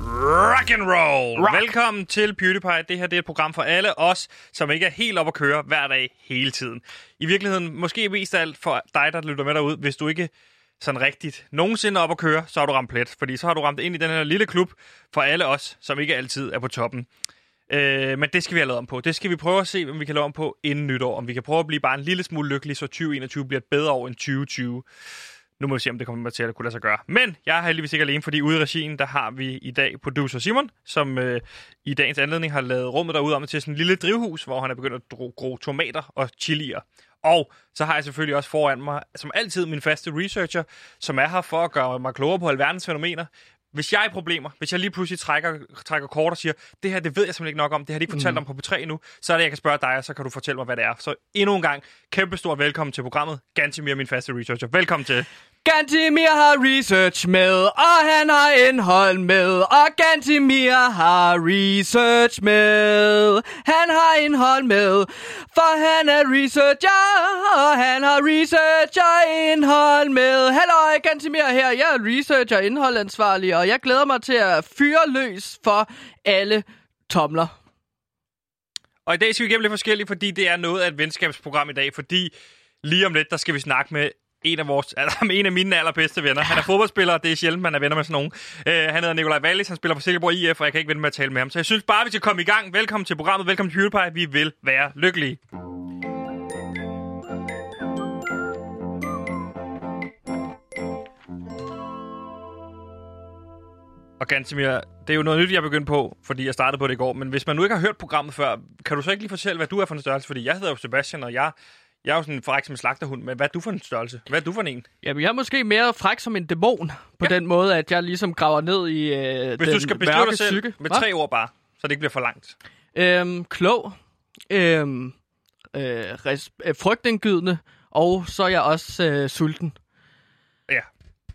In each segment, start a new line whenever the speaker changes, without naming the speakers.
Rock and roll!
Rock.
Rock. Velkommen til PewDiePie. Det her det er et program for alle os, som ikke er helt op at køre hver dag hele tiden. I virkeligheden måske mest af alt for dig, der lytter med derude, hvis du ikke sådan rigtigt nogensinde er op at køre, så har du ramt plet. Fordi så har du ramt ind i den her lille klub for alle os, som ikke altid er på toppen. Øh, men det skal vi have lavet om på. Det skal vi prøve at se, om vi kan lave om på inden nytår. Om vi kan prøve at blive bare en lille smule lykkelige, så 2021 bliver et bedre år end 2020. Nu må vi se, om det kommer til at kunne lade sig gøre. Men jeg er heldigvis ikke alene, fordi ude i regien, der har vi i dag producer Simon, som øh, i dagens anledning har lavet rummet derude om til sådan en lille drivhus, hvor han er begyndt at dro- gro tomater og chilier. Og så har jeg selvfølgelig også foran mig, som altid, min faste researcher, som er her for at gøre mig klogere på alverdens fænomener. Hvis jeg er i problemer, hvis jeg lige pludselig trækker, trækker kort og siger, det her, det ved jeg simpelthen ikke nok om, det har de ikke fortalt mm. om på P3 endnu, så er det, jeg kan spørge dig, og så kan du fortælle mig, hvad det er. Så endnu en gang, kæmpe stort velkommen til programmet. Gantimir, min faste researcher. Velkommen til.
Gantimir har research med, og han har indhold med, og Gantimir har research med. Han har indhold med, for han er researcher, og han har researcher indhold med. Hallo, Gantimir her, jeg er researcher indholdansvarlig, og jeg glæder mig til at fyre løs for alle tomler.
Og i dag skal vi igennem lidt forskelligt, fordi det er noget af et venskabsprogram i dag, fordi lige om lidt, der skal vi snakke med en af, vores, altså, med en af mine allerbedste venner. Han er fodboldspiller, og det er sjældent, man er venner med sådan nogen. Øh, han hedder Nikolaj Wallis, han spiller for Silkeborg IF, og jeg kan ikke vente med at tale med ham. Så jeg synes bare, vi skal komme i gang. Velkommen til programmet, velkommen til PewDiePie. Vi vil være lykkelige. Og Gansimir, det er jo noget nyt, jeg er begyndt på, fordi jeg startede på det i går. Men hvis man nu ikke har hørt programmet før, kan du så ikke lige fortælle, hvad du er for en størrelse? Fordi jeg hedder jo Sebastian, og jeg, jeg er jo sådan fræk som en slagterhund. Men hvad er du for en størrelse? Hvad er du for en?
Jamen, jeg er måske mere fræk som en dæmon, på ja. den måde, at jeg ligesom graver ned i øh,
Hvis
den
du skal beskrive
mørke
dig selv
psyke.
med
Hva?
tre ord bare, så det ikke bliver for langt.
Øhm, klog, øhm, øh, res- øh, frygtindgydende, og så er jeg også øh, sulten.
Ja.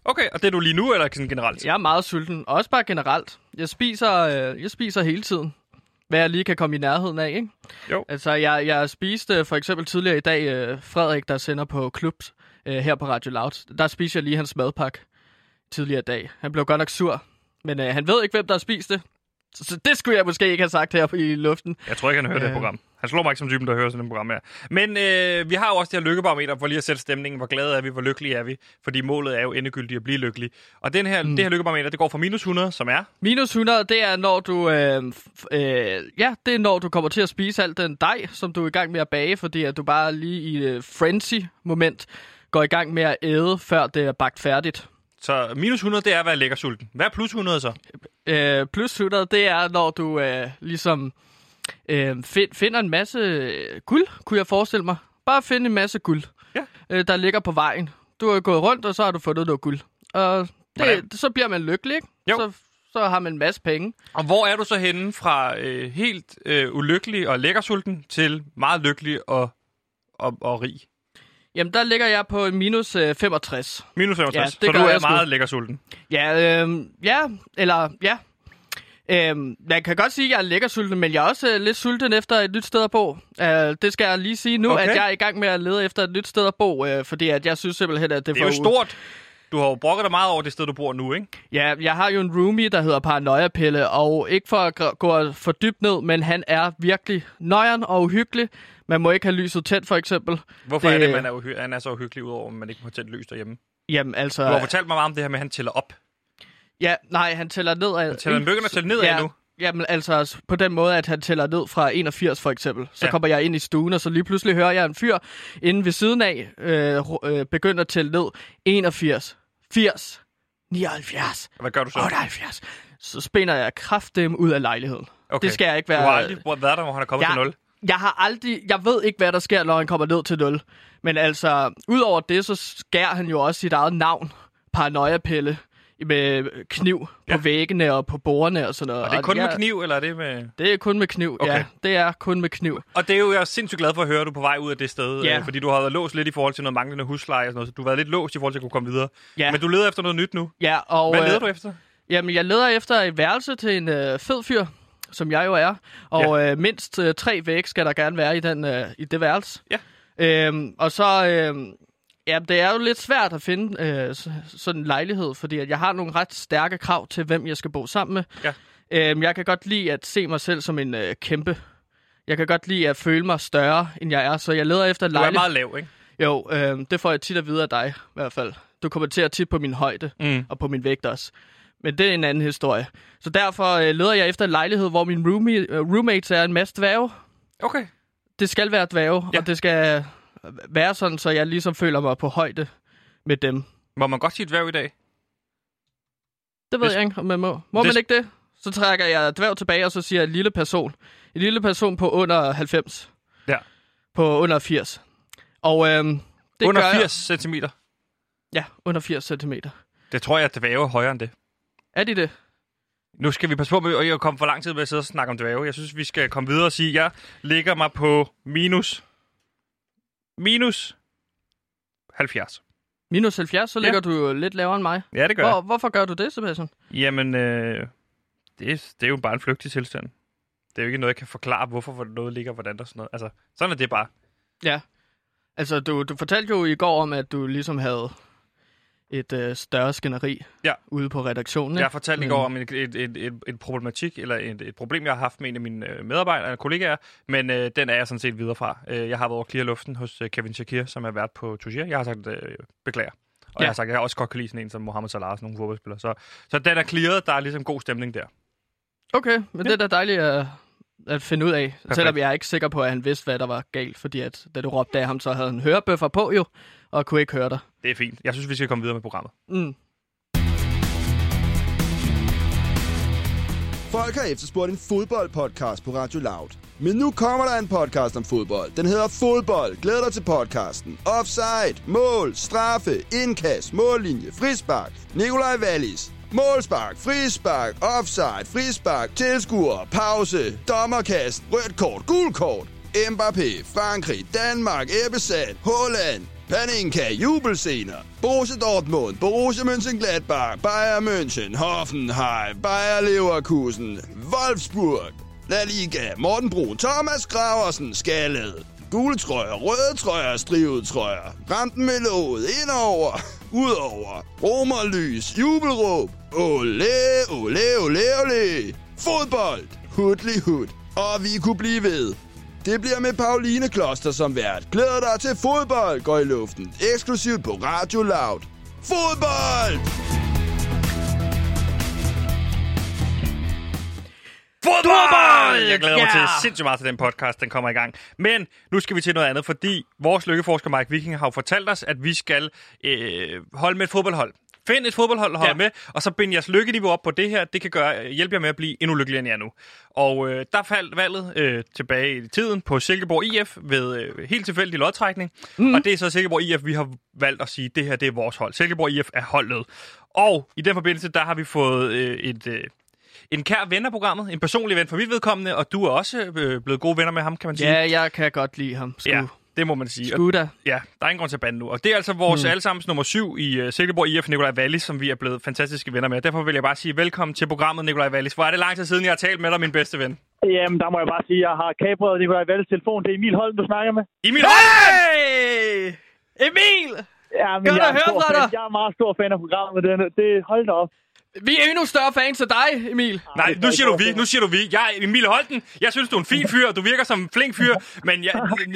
Okay, og det er du lige nu, eller sådan generelt?
Jeg er meget sulten, og også bare generelt. Jeg spiser, øh, jeg spiser hele tiden, hvad jeg lige kan komme i nærheden af, ikke?
Jo.
Altså, jeg, jeg spiste øh, for eksempel tidligere i dag øh, Frederik, der sender på klubs øh, her på Radio Loud. Der spiser jeg lige hans madpakke tidligere i dag. Han blev godt nok sur, men øh, han ved ikke, hvem der har spist det. Så, så det skulle jeg måske ikke have sagt her i luften.
Jeg tror ikke, han hører øh. det her
Øh.
program. Han slår mig ikke som typen, der hører sådan et program her. Men øh, vi har jo også det her lykkebarometer for lige at sætte stemningen. Hvor glade er vi? Hvor lykkelige er vi? Fordi målet er jo endegyldigt at blive lykkelig. Og den her, mm. det her lykkebarometer, det går fra minus 100, som er...
Minus 100, det er, når du, øh, f- øh, ja, det er, når du kommer til at spise alt den dej, som du er i gang med at bage, fordi at du bare lige i øh, frenzy-moment går i gang med at æde, før det er bagt færdigt.
Så minus 100, det er at være lækker sulten. Hvad er plus 100 så?
Øh, plus 100, det er, når du øh, ligesom øh, find, finder en masse øh, guld, kunne jeg forestille mig. Bare finde en masse guld,
Ja.
øh, der ligger på vejen. Du har gået rundt, og så har du fundet noget guld. Og
Hvordan?
det, så bliver man lykkelig, ikke?
Jo.
Så, så har man en masse penge.
Og hvor er du så henne fra øh, helt øh, ulykkelig og lækkersulten til meget lykkelig og, og, og rig?
Jamen, der ligger jeg på en minus øh, 65.
Minus 65,
Ja,
ja,
det
så
gør
du er
jeg sgu.
meget lækkersulten.
Ja, øhm, ja, eller ja. Øhm, man kan godt sige, at jeg er lækker sulten, men jeg er også øh, lidt sulten efter et nyt sted at bo. Øh, det skal jeg lige sige nu,
Okay.
okay. at jeg er i gang med at lede efter et nyt sted at bo, øh, fordi at jeg synes simpelthen, at det,
Det er jo stort. Du har jo brokket dig meget over det sted, du bor nu, ikke?
Ja, jeg har jo en roomie, der hedder Paranoia Pelle, og ikke for at gr- gå for dybt ned, men han er virkelig nøjeren og uhyggelig. Man må ikke have lyset tændt, for eksempel.
Hvorfor det... er det, man er, uhy- han er så uhyggelig, udover at man ikke må tænde lys derhjemme?
Jamen, altså...
Du har fortalt mig meget om det her med, at han tæller op.
Ja, nej, han tæller nedad.
Han tæller, han begynder at tælle nedad
ja,
nu.
Jamen altså s- på den måde, at han tæller ned fra 81 for eksempel. Så
Ja.
ja. kommer jeg ind i stuen, og så lige pludselig hører jeg en fyr inde ved siden af øh, ru- øh, begynde at tælle ned. 81, 80, 79,
Hvad gør du så?
78. Så spænder jeg kraftdem ud af lejligheden.
Okay.
Det skal jeg ikke
Du
være...
har aldrig br- været der, hvor han er kommet ja. til 0.
Jeg har aldrig... Jeg ved ikke, hvad der sker, når han kommer ned til 0. Men altså, udover det, så skærer han jo også sit eget navn, paranoiapille, med kniv på
Ja.
væggene og på bordene og sådan noget.
Og det er kun
jeg,
med kniv, eller er det med...
Det er kun med kniv, okay.
Okay.
ja. Det er kun med kniv.
Og det er jo, jeg er sindssygt glad for at høre, at du er på vej ud af det sted.
Ja.
Øh, fordi du har været låst lidt i forhold til noget manglende husleje og sådan noget. Så du har været lidt låst i forhold til at kunne komme videre.
Ja.
Men du leder efter noget nyt nu.
Ja, og,
Hvad
øh,
leder du efter?
Jamen, jeg leder efter et værelse til en øh, fed fyr, som jeg jo er. Og øh, mindst øh, tre væg skal der gerne være i, den, øh, i det værelse.
Ja.
Øhm, og så, øh, Ja, det er jo lidt svært at finde øh, s- sådan en lejlighed, fordi at jeg har nogle ret stærke krav til, hvem jeg skal bo sammen med.
Ja.
Øhm, jeg kan godt lide at se mig selv som en øh, kæmpe. Jeg kan godt lide at føle mig større, end jeg er, så jeg leder efter
Du er
lejlighed.
meget lav, ikke?
Jo, øh, det får jeg tit at vide af dig, i hvert fald. Du kommenterer tit på min højde,
Mm.
og på min vægt også. Men det er en anden historie. Så derfor øh, leder jeg efter en lejlighed, hvor min roomie, øh, roommates er en masse dværge.
Okay.
Det skal være dværge,
Ja.
ja. og det skal øh, være sådan, så jeg ligesom føler mig på højde med dem.
Må man godt sige dværg i dag?
Det ved
Hvis-
jeg ikke, om man må. Må
Hvis-
man ikke det? Så trækker jeg dværg tilbage, og så siger jeg en lille person. En lille person på under 90.
Ja.
På under 80. Og øhm, det
Under
gør
80
Jeg,
cm.
ja, under 80 centimeter.
Det tror jeg, at dværge er højere end det.
Er de det?
Nu skal vi passe på med at komme for lang tid med at sidde og snakke om dværge. Jeg synes, vi skal komme videre og sige, at jeg ligger mig på minus... Minus... 70.
Minus 70, så
Ja.
ligger ja. du jo lidt lavere end mig.
Ja, det gør
Hvor,
jeg.
hvorfor gør du det, Sebastian?
Jamen, øh, det, er- det er jo bare en flygtig tilstand. Det er jo ikke noget, jeg kan forklare, hvorfor noget ligger, hvordan der sådan noget. Altså, sådan er det bare.
Ja. Altså, du, du fortalte jo i går om, at du ligesom havde et øh, større skænderi
Ja.
ude på redaktionen.
Jeg fortalte i
Men-
går om en, et, et, et, et problematik, eller et, et problem, jeg har haft med en af mine øh, medarbejdere og kollegaer, men øh, den er jeg sådan set videre fra. Øh, jeg har været over clear luften hos øh, Kevin Shakir, som er vært på Touchier. Jeg har sagt, øh, beklager. Og ja.
Ja.
jeg har sagt, at jeg også godt kan lide sådan en som Mohamed Salah, sådan nogle fodboldspillere. Så, så den er clearet, der er ligesom god stemning der.
Okay, men det er da dejligt at, at finde ud af.
Perfekt.
Perfekt. Selvom jeg er ikke sikker på, at han vidste, hvad der var galt, fordi at, da du råbte af ham, så havde han hørebøffer på jo, og kunne ikke høre dig.
Det er fint. Jeg synes, vi skal komme videre med programmet.
Mm.
Folk har efterspurgt en fodboldpodcast på Radio Loud. Men nu kommer der en podcast om fodbold. Den hedder Fodbold. Glæd dig til podcasten. Offside, mål, straffe, indkast, mållinje, frispark. Nikolaj Wallis. Målspark, frispark, offside, frispark, tilskuer, pause, dommerkast, rødt kort, gul kort. Mbappé, Frankrig, Danmark, Ebbesat, Holland, Paninka, jubelscener. Borussia Dortmund, Borussia Mönchengladbach, Bayern München, Hoffenheim, Bayer Leverkusen, Wolfsburg. La Liga, Morten Brun, Thomas Graversen, Skallet. Gule trøjer, røde trøjer, strivet trøjer. Ramten med låget, indover, udover. Romerlys, jubelråb. Ole, ole, ole, ole. Fodbold. Hudli hud. Og vi kunne blive ved. Det bliver med Pauline Kloster som vært. Glæder dig til fodbold går i luften. Eksklusivt på Radio Loud. Fodbold!
Fodbold! Jeg glæder mig
Ja!
til sindssygt meget til den podcast, den kommer i gang. Men nu skal vi til noget andet, fordi vores lykkeforsker Mike Viking har jo fortalt os, at vi skal øh, holde med et fodboldhold. Find et fodboldhold at holde
Ja.
med, og så bind jeres lykkeniveau op på det her. Det kan gøre, hjælpe jer med at blive endnu lykkeligere, end jeg er nu. Og øh, der faldt valget øh, tilbage i tiden på Silkeborg IF ved øh, helt tilfældig lodtrækning.
Mhm.
Mm. Og det er så Silkeborg IF, vi har valgt at sige, at det her det er vores hold. Silkeborg IF er holdet. Og i den forbindelse, der har vi fået øh, et... Øh, en kær ven af programmet, en personlig ven for mit vedkommende, og du er også øh, blevet gode venner med ham, kan man sige.
Ja, jeg kan godt lide ham. Sku.
ja
Ja.
det må man sige. Og,
Sku Hmm. da.
ja, der er ingen grund til at bande nu. Og det er altså vores mm. allesammens nummer syv i uh, Silkeborg IF, Nikolaj Wallis, som vi er blevet fantastiske venner med. Derfor vil jeg bare sige velkommen til programmet, Nikolaj Wallis. Hvor er det lang tid siden, jeg har talt med dig, min bedste ven.
Jamen, der må jeg bare sige, at jeg har kapret Nikolaj Valles telefon. Det er Emil Holm, du snakker med.
I min
Hey! Emil!
Jamen,
Godt
jeg,
at
er en
høre
stor
fra
fan.
dig.
jeg er meget stor fan af programmet. Det, det hold da op.
Vi er endnu større fans af dig, Emil.
Nej, nu siger du vi, nu siger du vi. Jeg er Emil Holten. Jeg synes, du er en fin fyr, og du virker som en flink fyr, men jeg,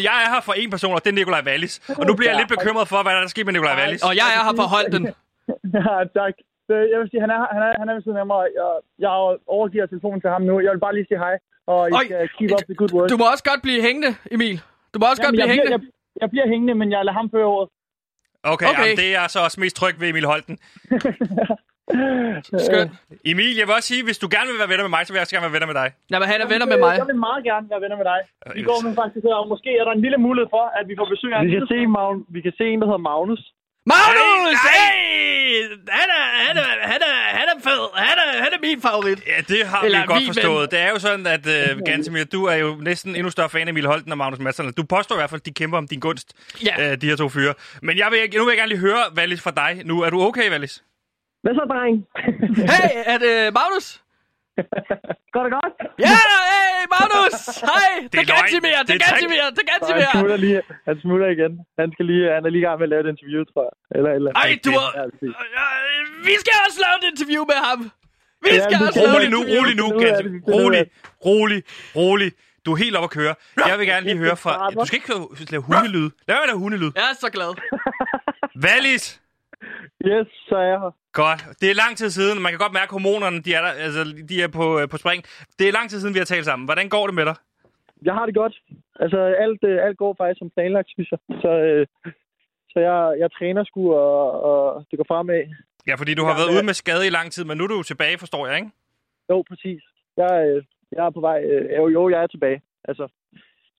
jeg er her for en person, og det er Nikolaj Wallis. Og nu bliver jeg lidt bekymret for, hvad der er sket med Nikolaj Wallis.
Og jeg er her for Holden.
Ja, tak. Det, jeg vil sige, han er, han er, han er ved siden af mig, og jeg, jeg overgiver telefonen til ham nu. Jeg vil bare lige sige hej, og I
Oj,
skal keep up the good work.
Du må også godt blive hængende, Emil. Du må også godt
Jamen,
blive
jeg,
hængende.
bliver, jeg, jeg bliver hængende, men jeg lader ham føre ordet.
Okay, okay.
Okay.
Jamen, det er jeg så også mest tryg ved, Emil Holten.
øh,
Skønt.
Emil, jeg vil også sige, hvis du gerne vil være venner med mig, så vil jeg også gerne være venner med dig.
Jamen, han er venner med mig.
Jeg vil meget gerne være venner med dig. Vi
Øh,
går nu faktisk her, og måske er der en lille mulighed for, at vi får besøg af vi kan, se, Magn- vi kan se en, der hedder Magnus.
Magnus!
Hey!
Hey! Han er, han er, han er, han er fed. Han er, han er min favorit.
Ja, det har Eller
Eller
vi godt
vi, men-
forstået. Det er jo sådan, at uh, Gantemir, du er jo næsten endnu større fan af Emil Holten og Magnus Madsen. Du påstår i hvert fald, at de kæmper om din gunst,
Ja.
øh, de her to fyre. Men jeg vil, nu vil jeg gerne lige høre, Wallis, fra dig. Nu er du okay, Wallis?
Hvad så, dreng?
Hey, er det Magnus?
Går det godt?
Ja, hey, Magnus! Hej! Det,
er
det kan
løgn.
til mere,
Det
det
er
kan
trick.
til mere, det kan
Og
til
han
mere!
smutter lige. Han smutter igen. Han, skal lige, han er lige i gang med at lave et interview, tror jeg. Eller, et eller. andet.
Ej, du
det
har...
Ja, præcis.
Øh, Vi skal også lave et interview med ham! Vi
Ja,
skal
vi
også
skal-
lave et
Rolig nu,
interview.
rolig nu,
Find ud af det,
Gansi.
find ud af
Rolig,
det.
rolig, rolig. Du er helt oppe at køre. Jeg vil gerne lige høre fra...
Rapper.
Du skal ikke lave- lave hundelyd. Lad være med at lave hundelyd.
Jeg er så glad.
Valis!
Yes, så er jeg her.
Godt. Det er lang tid siden. Man kan godt mærke, at hormonerne de er, der, altså, de er på, øh, på spring. Det er lang tid siden, vi har talt sammen. Hvordan går det med dig?
Jeg har det godt. Altså, alt, øh, alt går faktisk som planlagt, synes jeg. Så, øh, så jeg, jeg træner sgu, og, og det går fremad.
Ja, fordi du har
Ja,
været
det-
ude med skade i lang tid, men nu er du jo tilbage, forstår jeg, ikke?
Jo, præcis. Jeg, øh, jeg er på vej. Øh, jo, jo, jeg er tilbage. Altså,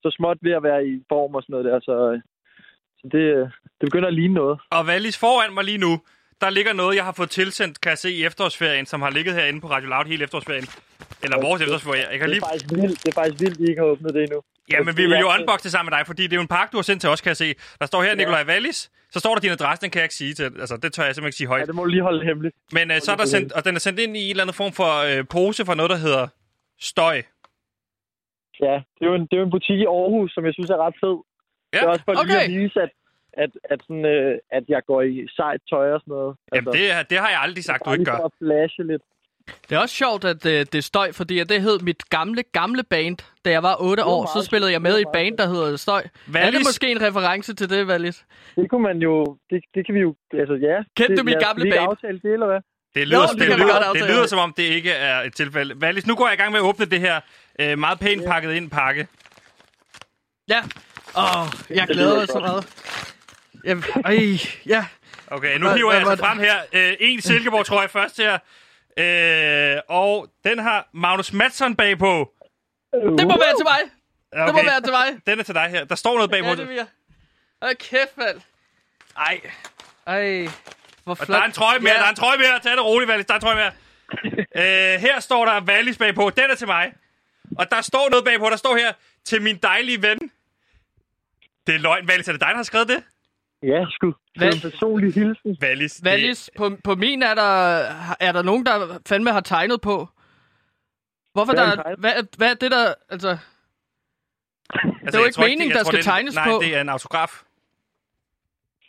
så småt ved at være i form og sådan noget der. Så, øh, så det, øh, det begynder at ligne noget.
Og Valis, foran mig lige nu, der ligger noget, jeg har fået tilsendt, kan jeg se, i efterårsferien, som har ligget herinde på Radio Loud hele efterårsferien. Eller vores efterårsferie. Jeg kan
Det
lige...
er faktisk vildt, det er faktisk vildt, at I ikke har åbnet det endnu.
Ja, men vi vil jo
altså-
unboxe det sammen med dig, fordi det er jo en pakke, du har sendt til os, kan jeg se. Der står her Nikolaj Wallis, så står der din adresse, den kan jeg ikke sige til, altså det tør jeg simpelthen ikke sige
Ja,
højt.
det må du lige holde hemmeligt.
Men øh, så er der sendt, og den er sendt ind i en eller anden form for øh, pose for noget, der hedder støj.
Ja, det er, jo en, det er jo en butik i Aarhus, som jeg synes er ret fed.
Ja,
Det er også for okay. lige
okay.
at vise, at, at, at, sådan, øh, at jeg går i sejt tøj og sådan noget. Altså,
Jamen det, det har jeg aldrig sagt, du ikke
Bare
gør.
lige for at flashe lidt.
Det er også sjovt, at øh, det er støj, fordi at det hed mit gamle, gamle band. Da jeg var 8 år, så
meget-
spillede jeg med
det var
i et band, der hedder Støj. Er det
Valis-
måske en reference til det, Valis?
Det kunne man jo... Det, det kan vi jo... Altså, ja.
Kendte
det,
du mit
lad os
gamle
lige
band?
aftale det, eller hvad?
Det lyder,
det
det,
kan vi godt
lyder, det
aftale.
lyder som om, det ikke er et tilfælde. Wallis, nu går jeg i gang med at åbne det her øh, meget pænt pakket ind pakke.
Ja. Åh, jeg glæder mig så meget. Jamen, ej, ja.
Okay, nu
Hvad-
hiver jeg
hvad
altså
var
frem her. Øh, en Silkeborg, tror jeg, først her. Øh, og den har Magnus Madsen bagpå.
Det
Øh,
må være til mig.
Okay.
Det må være til mig.
Den er til dig her. Der står noget bagpå.
Ja, det vil jeg. Hold kæft, mand.
Ej,
Ej, hvor
og
flot.
der er en trøje mere,
Ja.
der er en trøje mere. Tag det roligt, Valis, der er en trøje mere. øh, her står der Valis bagpå. Den er til mig. Og der står noget bagpå. Der står her, til min dejlige ven. Det er løgn, Valis. Er det dig, der har skrevet det?
Ja, sgu. Det
Hvad?
er en personlig hilsen.
Valis. det- altså,
Valis, på, på min er der, er der nogen, der fandme har tegnet på. Hvorfor
Hvad er
der...
tegnet?
Hvad, hvad er det der... Altså,
Altså,
jo
jeg
ikke
tror
meningen,
jeg
der
tror,
skal
det er en-
tegnes
nej,
på.
Nej, det er en autograf.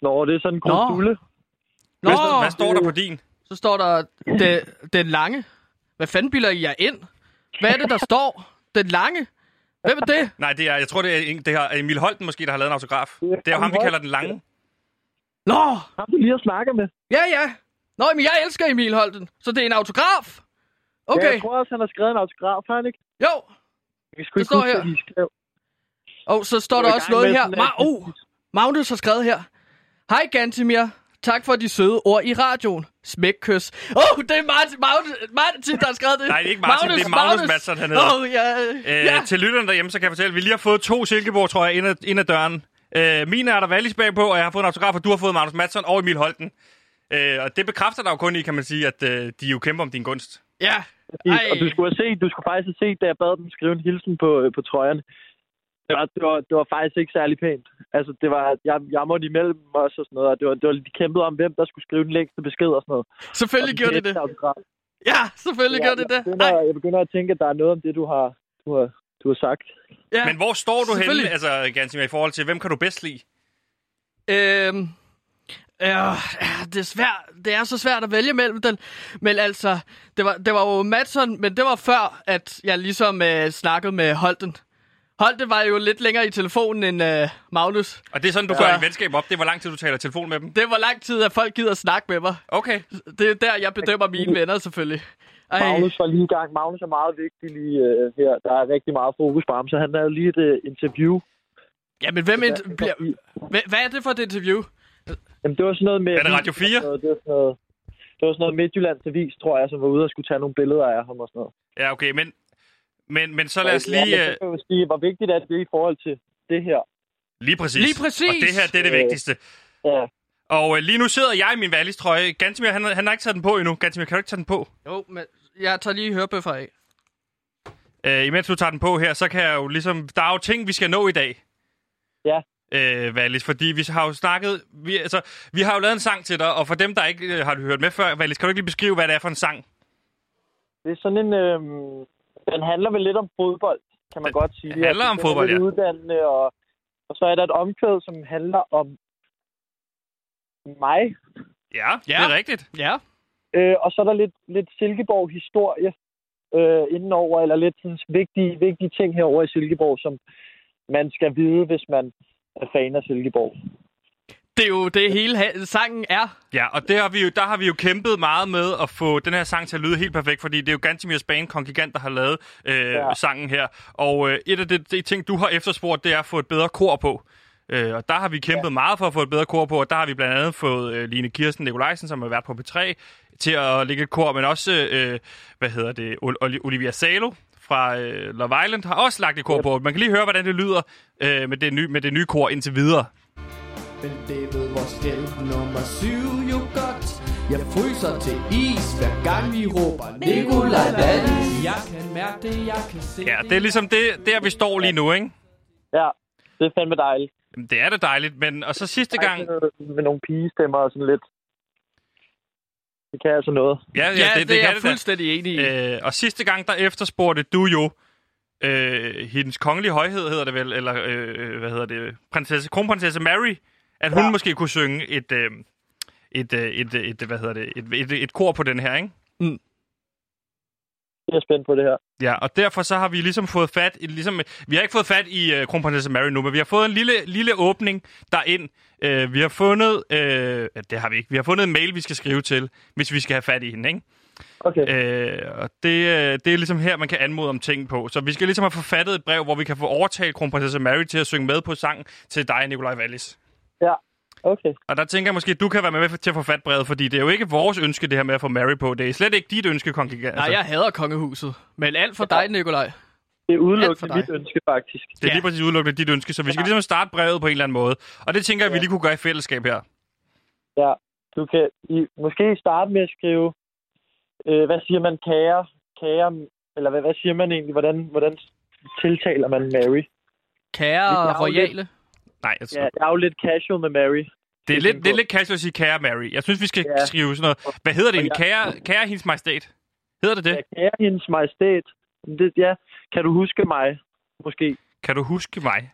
Nå, det er sådan en
Nå.
krosdulle.
nå,
Hvad, hvad står der på din?
så står der det, den lange. Hvad fanden bilder I jer ind? Hvad er det, der står? Den lange? Hvem er det?
Nej, det er, jeg tror, det er, en- det er Emil Holten måske, der har lavet en autograf.
er
Det er jo ham, vi
Holten.
kalder den lange.
Nå,
Ham du lige at snakke med.
ja, ja. Nå, men jeg elsker Emil Holten, så det er en autograf.
Ja,
Okay,
jeg tror også, han har skrevet en autograf, har han ikke?
jo.
Vi
Det
skulle ikke
står
huske,
her.
at I skrev.
Og så står
Jeg
der
var i
også
gang
noget
med
her.
sådan,
Ma-
at-
oh, Magnus har skrevet her. Hej Gantimir. Tak for de søde ord i radioen. Smækkys. Åh, oh, det er Martin, Magnus, Martin, der har skrevet det.
Nej, det er ikke Martin, det er Magnus Madsen, han hedder.
Åh, oh, ja.
Øh,
ja.
Til lytterne derhjemme, så kan jeg fortælle, at vi lige har fået to Silkeborg, tror jeg, ind ad, ind ad døren. Øh, mine er der Wallis bagpå, og jeg har fået en autograf, og du har fået Magnus Madsen og Emil Holten. Øh, og det bekræfter dig jo kun i, kan man sige, at øh, de jo kæmper om din gunst.
ja.
Ej. Og du
Ej.
skulle, have set, du skulle faktisk have set, da jeg bad dem skrive en hilsen på, øh, på trøjerne. Det var, det, var, det var faktisk ikke særlig pænt. Altså, det var, jeg, jeg måtte imellem os og sådan noget, og det var, det var, de kæmpede om, hvem der skulle skrive den længste besked og sådan noget.
Selvfølgelig
Og
gjorde det
den
det.
bedste autograf.
Ja, selvfølgelig
Jeg-
gjorde det
jeg
det.
begynder-
Nej,
Jeg begynder at tænke, at der er noget om det, du har, du har, du har sagt.
ja.
Ja, Men hvor står du henne,
selvfølgelig.
altså, Gansimir, i forhold til, hvem kan du bedst lide?
Øhm, øh, ja, det, er svært. det er så svært at vælge mellem den. Men altså, det var, det var jo Madsen, men det var før, at jeg ligesom øh, snakkede med Holden. Holden var jo lidt længere i telefonen end øh, Magnus.
Og det er sådan, du ja. gør dit venskab op. Det er, hvor lang tid du taler i telefon med dem.
Det var lang tid, at folk gider snakke med mig.
Okay.
Det er der, jeg bedømmer mine venner selvfølgelig. Ej,
Magnus var lige i gang. Magnus er meget vigtig lige øh, her. Der er rigtig meget fokus på ham, så han lavede lige et øh, interview.
ja, men hvem
Ja,
ind, bliver, hvad, hvad er det for et interview?
Jamen, det var sådan noget med...
Er det Radio 4?
Det var sådan noget, det var sådan noget Midtjyllands Avis, tror jeg, som var ude og skulle tage nogle billeder af ham og sådan noget.
Ja, okay, men, men, men så lad os
Ja, men
lige...
så
Øh,
kan man sige, hvor vigtigt er det i forhold til det her?
lige præcis.
Lige præcis.
Og det her, det er det
Øh.
vigtigste.
Ja.
Og øh, lige nu sidder jeg i min Wallis-trøje. Gansimir, han, han har ikke taget den på endnu. Gansimir, kan du ikke tage den på?
Jo, men jeg tager lige hørebøffer af.
Øh, imens du tager den på her, så kan jeg jo ligesom... Der er jo ting, vi skal nå i dag.
Ja.
Øh, Valis, fordi vi har jo snakket... Vi, altså, vi har jo lavet en sang til dig, og for dem, der ikke øh, har hørt med før, Valis, kan du ikke lige beskrive, hvad det er for en sang?
Det er sådan en... Øh, den handler vel lidt om fodbold, kan man
Den
godt sige.
handler
Altså,
om
den er
fodbold,
lidt
ja.
Uddannende, og, og så er der et omkvæd, som handler om mig.
Ja, ja. det
Ja.
er rigtigt.
Ja.
Øh, og så er der lidt, lidt Silkeborg-historie øh, indenover, eller lidt sådan, vigtige, vigtige ting herover i Silkeborg, som man skal vide, hvis man er fan af Silkeborg.
Det er jo det hele ha- sangen er.
Ja, og det har vi jo, der har vi jo kæmpet meget med at få den her sang til at lyde helt perfekt, fordi det er jo Gantimirs Bane Kongigant, der har lavet øh, ja.
Ja.
sangen her. Og øh, et af de, de ting, du har efterspurgt, det er at få et bedre kor på. Øh, og der har vi kæmpet ja. meget for at få et bedre kor på, og der har vi blandt andet fået øh, Line Kirsten Nikolajsen, som har været på P3, til at lægge et kor, men også, øh, hvad hedder det, Ol- Oli- Olivia Salo fra øh, Love Island har også lagt et kor på. Man kan lige høre, hvordan det lyder øh, med, det nye, med det nye kor indtil videre.
Men det ved vores held nummer syv jo godt Jeg fryser til is, hver gang vi råber Nikolaj Dans Jeg kan mærke det, jeg kan se
Ja, det er ligesom det, der, vi står lige nu, ikke?
Ja, det er fandme dejligt.
Jamen, Det er da dejligt, men og så sidste gang...
Ej, sådan noget Med nogle pigestemmer og sådan lidt. Det kan altså noget.
Ja, ja,
Ja, det, det, det er
kan
jeg
da.
fuldstændig enig i.
Øh, og sidste gang, der efterspurgte du jo øh, hendes kongelige højhed, hedder det vel, eller øh, hvad hedder det, prinsesse, kronprinsesse Mary, at hun ja.
Ja.
måske kunne synge et, øh, et, øh, et, øh, et, hvad hedder det, et, et, et kor på den her, ikke?
Jeg er spændt på det her.
Ja, og derfor så har vi ligesom fået fat i, ligesom, vi har ikke fået fat i øh, kronprinsesse Mary nu, men vi har fået en lille, lille åbning derind. Øh, vi har fundet, øh, ja, det har vi ikke, vi har fundet en mail, vi skal skrive til, hvis vi skal have fat i hende, ikke?
Okay.
Øh, og det, øh, det er ligesom her, man kan anmode om ting på. Så vi skal ligesom have forfattet et brev, hvor vi kan få overtalt kronprinsesse Mary til at synge med på sangen til dig, Nikolaj Wallis.
Ja, okay.
Og der tænker jeg måske, at du kan være med til at forfatte brevet, fordi det er jo ikke vores ønske, det her med at få Mary på. Det er slet ikke dit ønske, Kong altså,
Nej, jeg hader kongehuset. Men alt for dig, Nikolaj.
Det er
Alt for
udelukkende
dig.
mit ønske, faktisk.
Det er
Ja.
lige præcis udelukkende dit ønske, så vi skal ligesom starte brevet på en eller anden måde. Og det tænker jeg, vi lige kunne gøre i fællesskab her.
Ja, du kan i, måske starte med at skrive, øh, hvad siger man, kære, kære, eller hvad, hvad siger man egentlig, hvordan, hvordan tiltaler man Mary?
Kære
Det er
og
jo
royale.
Nej, altså,
Ja, jeg er jo lidt casual med Mary.
det, er lidt,
den
det er
på.
lidt casual at sige kære Mary. Jeg synes, vi skal
Ja.
skrive sådan noget. Hvad hedder det egentlig? Kære, kære hendes majestæt? Hedder det det?
Ja, kære hendes majestæt. Det, ja, kan du huske mig, måske?
Kan du huske mig?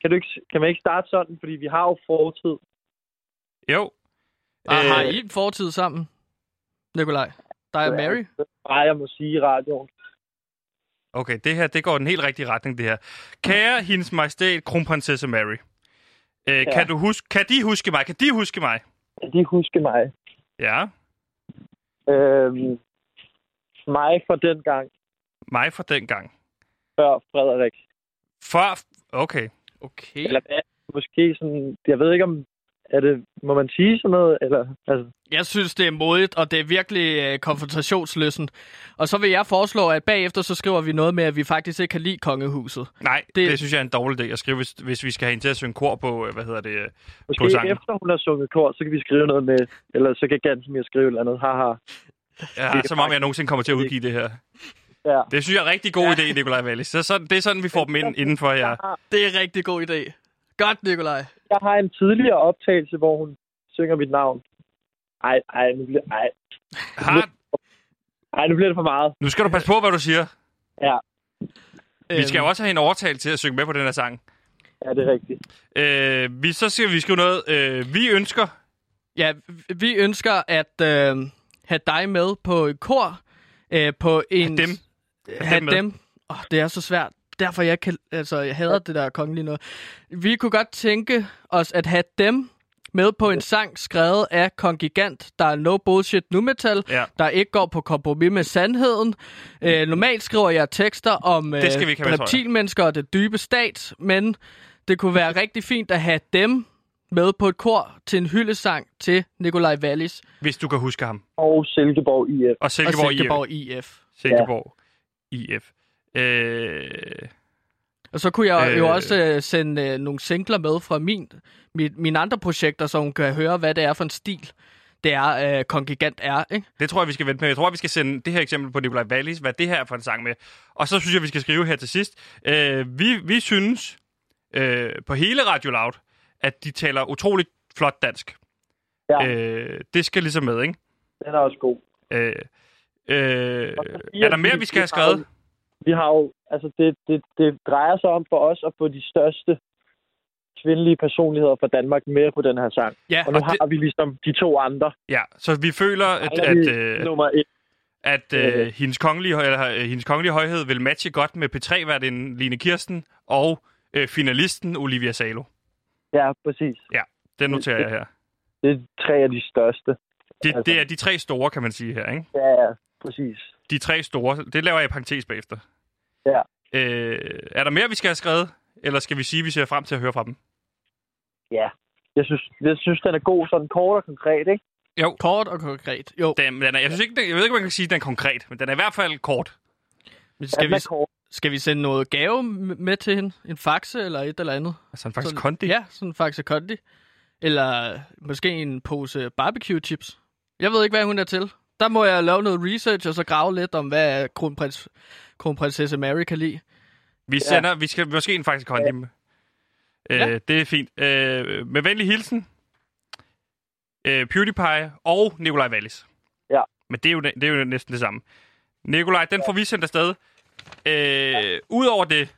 Kan, du ikke, kan man ikke starte sådan, fordi vi har jo fortid.
Jo.
Og
Øh,
Ah, har I en fortid sammen, Nikolaj? Dig og Mary?
Det er bare, jeg må sige i radioen.
Okay, det her, det går den helt rigtige retning, det her. Kære hendes majestæt, kronprinsesse Mary. Øh, ja.
Ja.
kan, du huske, kan de huske mig? Kan de huske mig?
Kan de huske mig?
Ja,
Øhm, mig fra den gang,
mig fra dengang.
før Frederik.
For, okay.
Okay.
Eller hvad? Måske sådan, jeg ved ikke om, er det, må man sige sådan noget? Eller, altså,
Jeg synes, det er modigt, og det er virkelig øh, konfrontationsløsen. Og så vil jeg foreslå, at bagefter så skriver vi noget med, at vi faktisk ikke kan lide kongehuset.
Nej, det,
Det-
det synes jeg er en dårlig idé at skrive, hvis, hvis vi skal have hende til at synge kor på, øh, hvad hedder det, øh,
måske
på sangen.
efter hun har sunget kort, så kan vi skrive noget med, eller så kan Gansimir skrive et eller andet, haha.
Ja,
det er
som om jeg
faktisk-
nogensinde kommer til at udgive det her.
Ja.
Det synes jeg er en rigtig god ja. idé, Nikolaj Wallis. Så, så, det er sådan, vi får dem ind, inden for jer.
Det er en rigtig god idé. Godt, Nikolaj.
Jeg har en tidligere optagelse, hvor hun synger mit navn. Ej, ej, nu bliver, ej,
Har,
ej, nu bliver det for meget.
nu skal du passe på, hvad du siger.
Ja,
Vi skal jo også have en overtalt til at synge med på den her sang.
ja det er rigtigt.
Øh, vi, så skal vi skrive noget. Øh, vi ønsker,
Ja, vi- vi ønsker at øh, have dig med på et kor. Øh, på en... Øh,
dem.
Have
dem med.
dem. dem. Oh, det er så svært. Derfor jeg kan, altså, jeg hader det der kongelige noget. Vi kunne godt tænke os at have dem med på en sang skrevet af Kongigant, der er no bullshit nu metal,
Ja.
der ikke går på kompromis med sandheden. Øh, normalt skriver jeg tekster om øh,
Det skal vi ikke have med, tror jeg.
reptilmennesker og det dybe stat, men det kunne være rigtig fint at have dem med på et kor til en hyldesang til Nikolaj Wallis
hvis du kan huske ham.
Og Silkeborg IF.
Og
og
Silkeborg,
Silkeborg IF.
IF. Silkeborg IF. Øh,
Og så kunne jeg øh... jo
Øh.
også øh, sende øh, nogle singler med fra min, mit, mine andre projekter, så hun kan høre, hvad det er for en stil, det er, øh, Kongigant er. Ikke?
det tror jeg, vi skal vente med. Jeg tror, vi skal sende det her eksempel på Nikolaj Wallis, hvad det her er for en sang med. Og så synes jeg, vi skal skrive her til sidst. Øh, vi, vi synes øh, på hele Radio Loud, at de taler utroligt flot dansk.
Ja,
Øh, det skal ligesom med, ikke?
den er også god.
Øh, Øh,
siger
er der
de,
mere, vi skal have
de har jo-
skrevet?
Vi har jo, altså det, det, det drejer sig om for os at få de største kvindelige personligheder fra Danmark med på den her sang.
Ja,
Og nu
og det,
har vi ligesom de to andre.
ja, så vi føler, at,
Der er
at,
vi
øh,
nummer et.
at øh, hendes, kongelige, eller, øh, hendes kongelige højhed vil matche godt med p 3 værtinden Line Kirsten og øh, finalisten Olivia Salo.
Ja, præcis.
Den noterer jeg her.
Det er tre af de største.
Det, det er de tre store, kan man sige her, ikke?
Ja, ja, præcis.
De tre store. Det laver jeg i parentes bagefter.
Ja.
Øh, er der mere, vi skal have skrevet? Eller skal vi sige, at vi ser frem til at høre fra dem?
Ja. Jeg synes, jeg synes, den er god sådan kort og konkret, ikke?
Jo,
Kort og konkret. Jo.
den, den er, jeg, synes ikke, den, jeg ved ikke, om man kan sige, at den er konkret, men den er i hvert fald kort.
Men
Altså, Den
skal, vi,
er kort.
skal vi sende noget gave m- med til hende? En faxe eller et eller andet?
Altså, den er faktisk
Sådan-
kondi.
Ja, sådan en faxe kondi. Eller måske en pose barbecue chips. Jeg ved ikke, hvad hun er til. Der må jeg lave noget research og så grave lidt om, hvad kronprins, kronprinsesse Mary kan lide.
Vi sender, vi skal måske en faktisk kondi. Ja.
Ja.
Øh, det er fint. Øh, med venlig hilsen, øh, PewDiePie og Nikolaj Wallis.
Ja.
Men det er jo, det er jo næsten det samme. Nikolaj, den får vi sendt afsted. Øh, Udover det,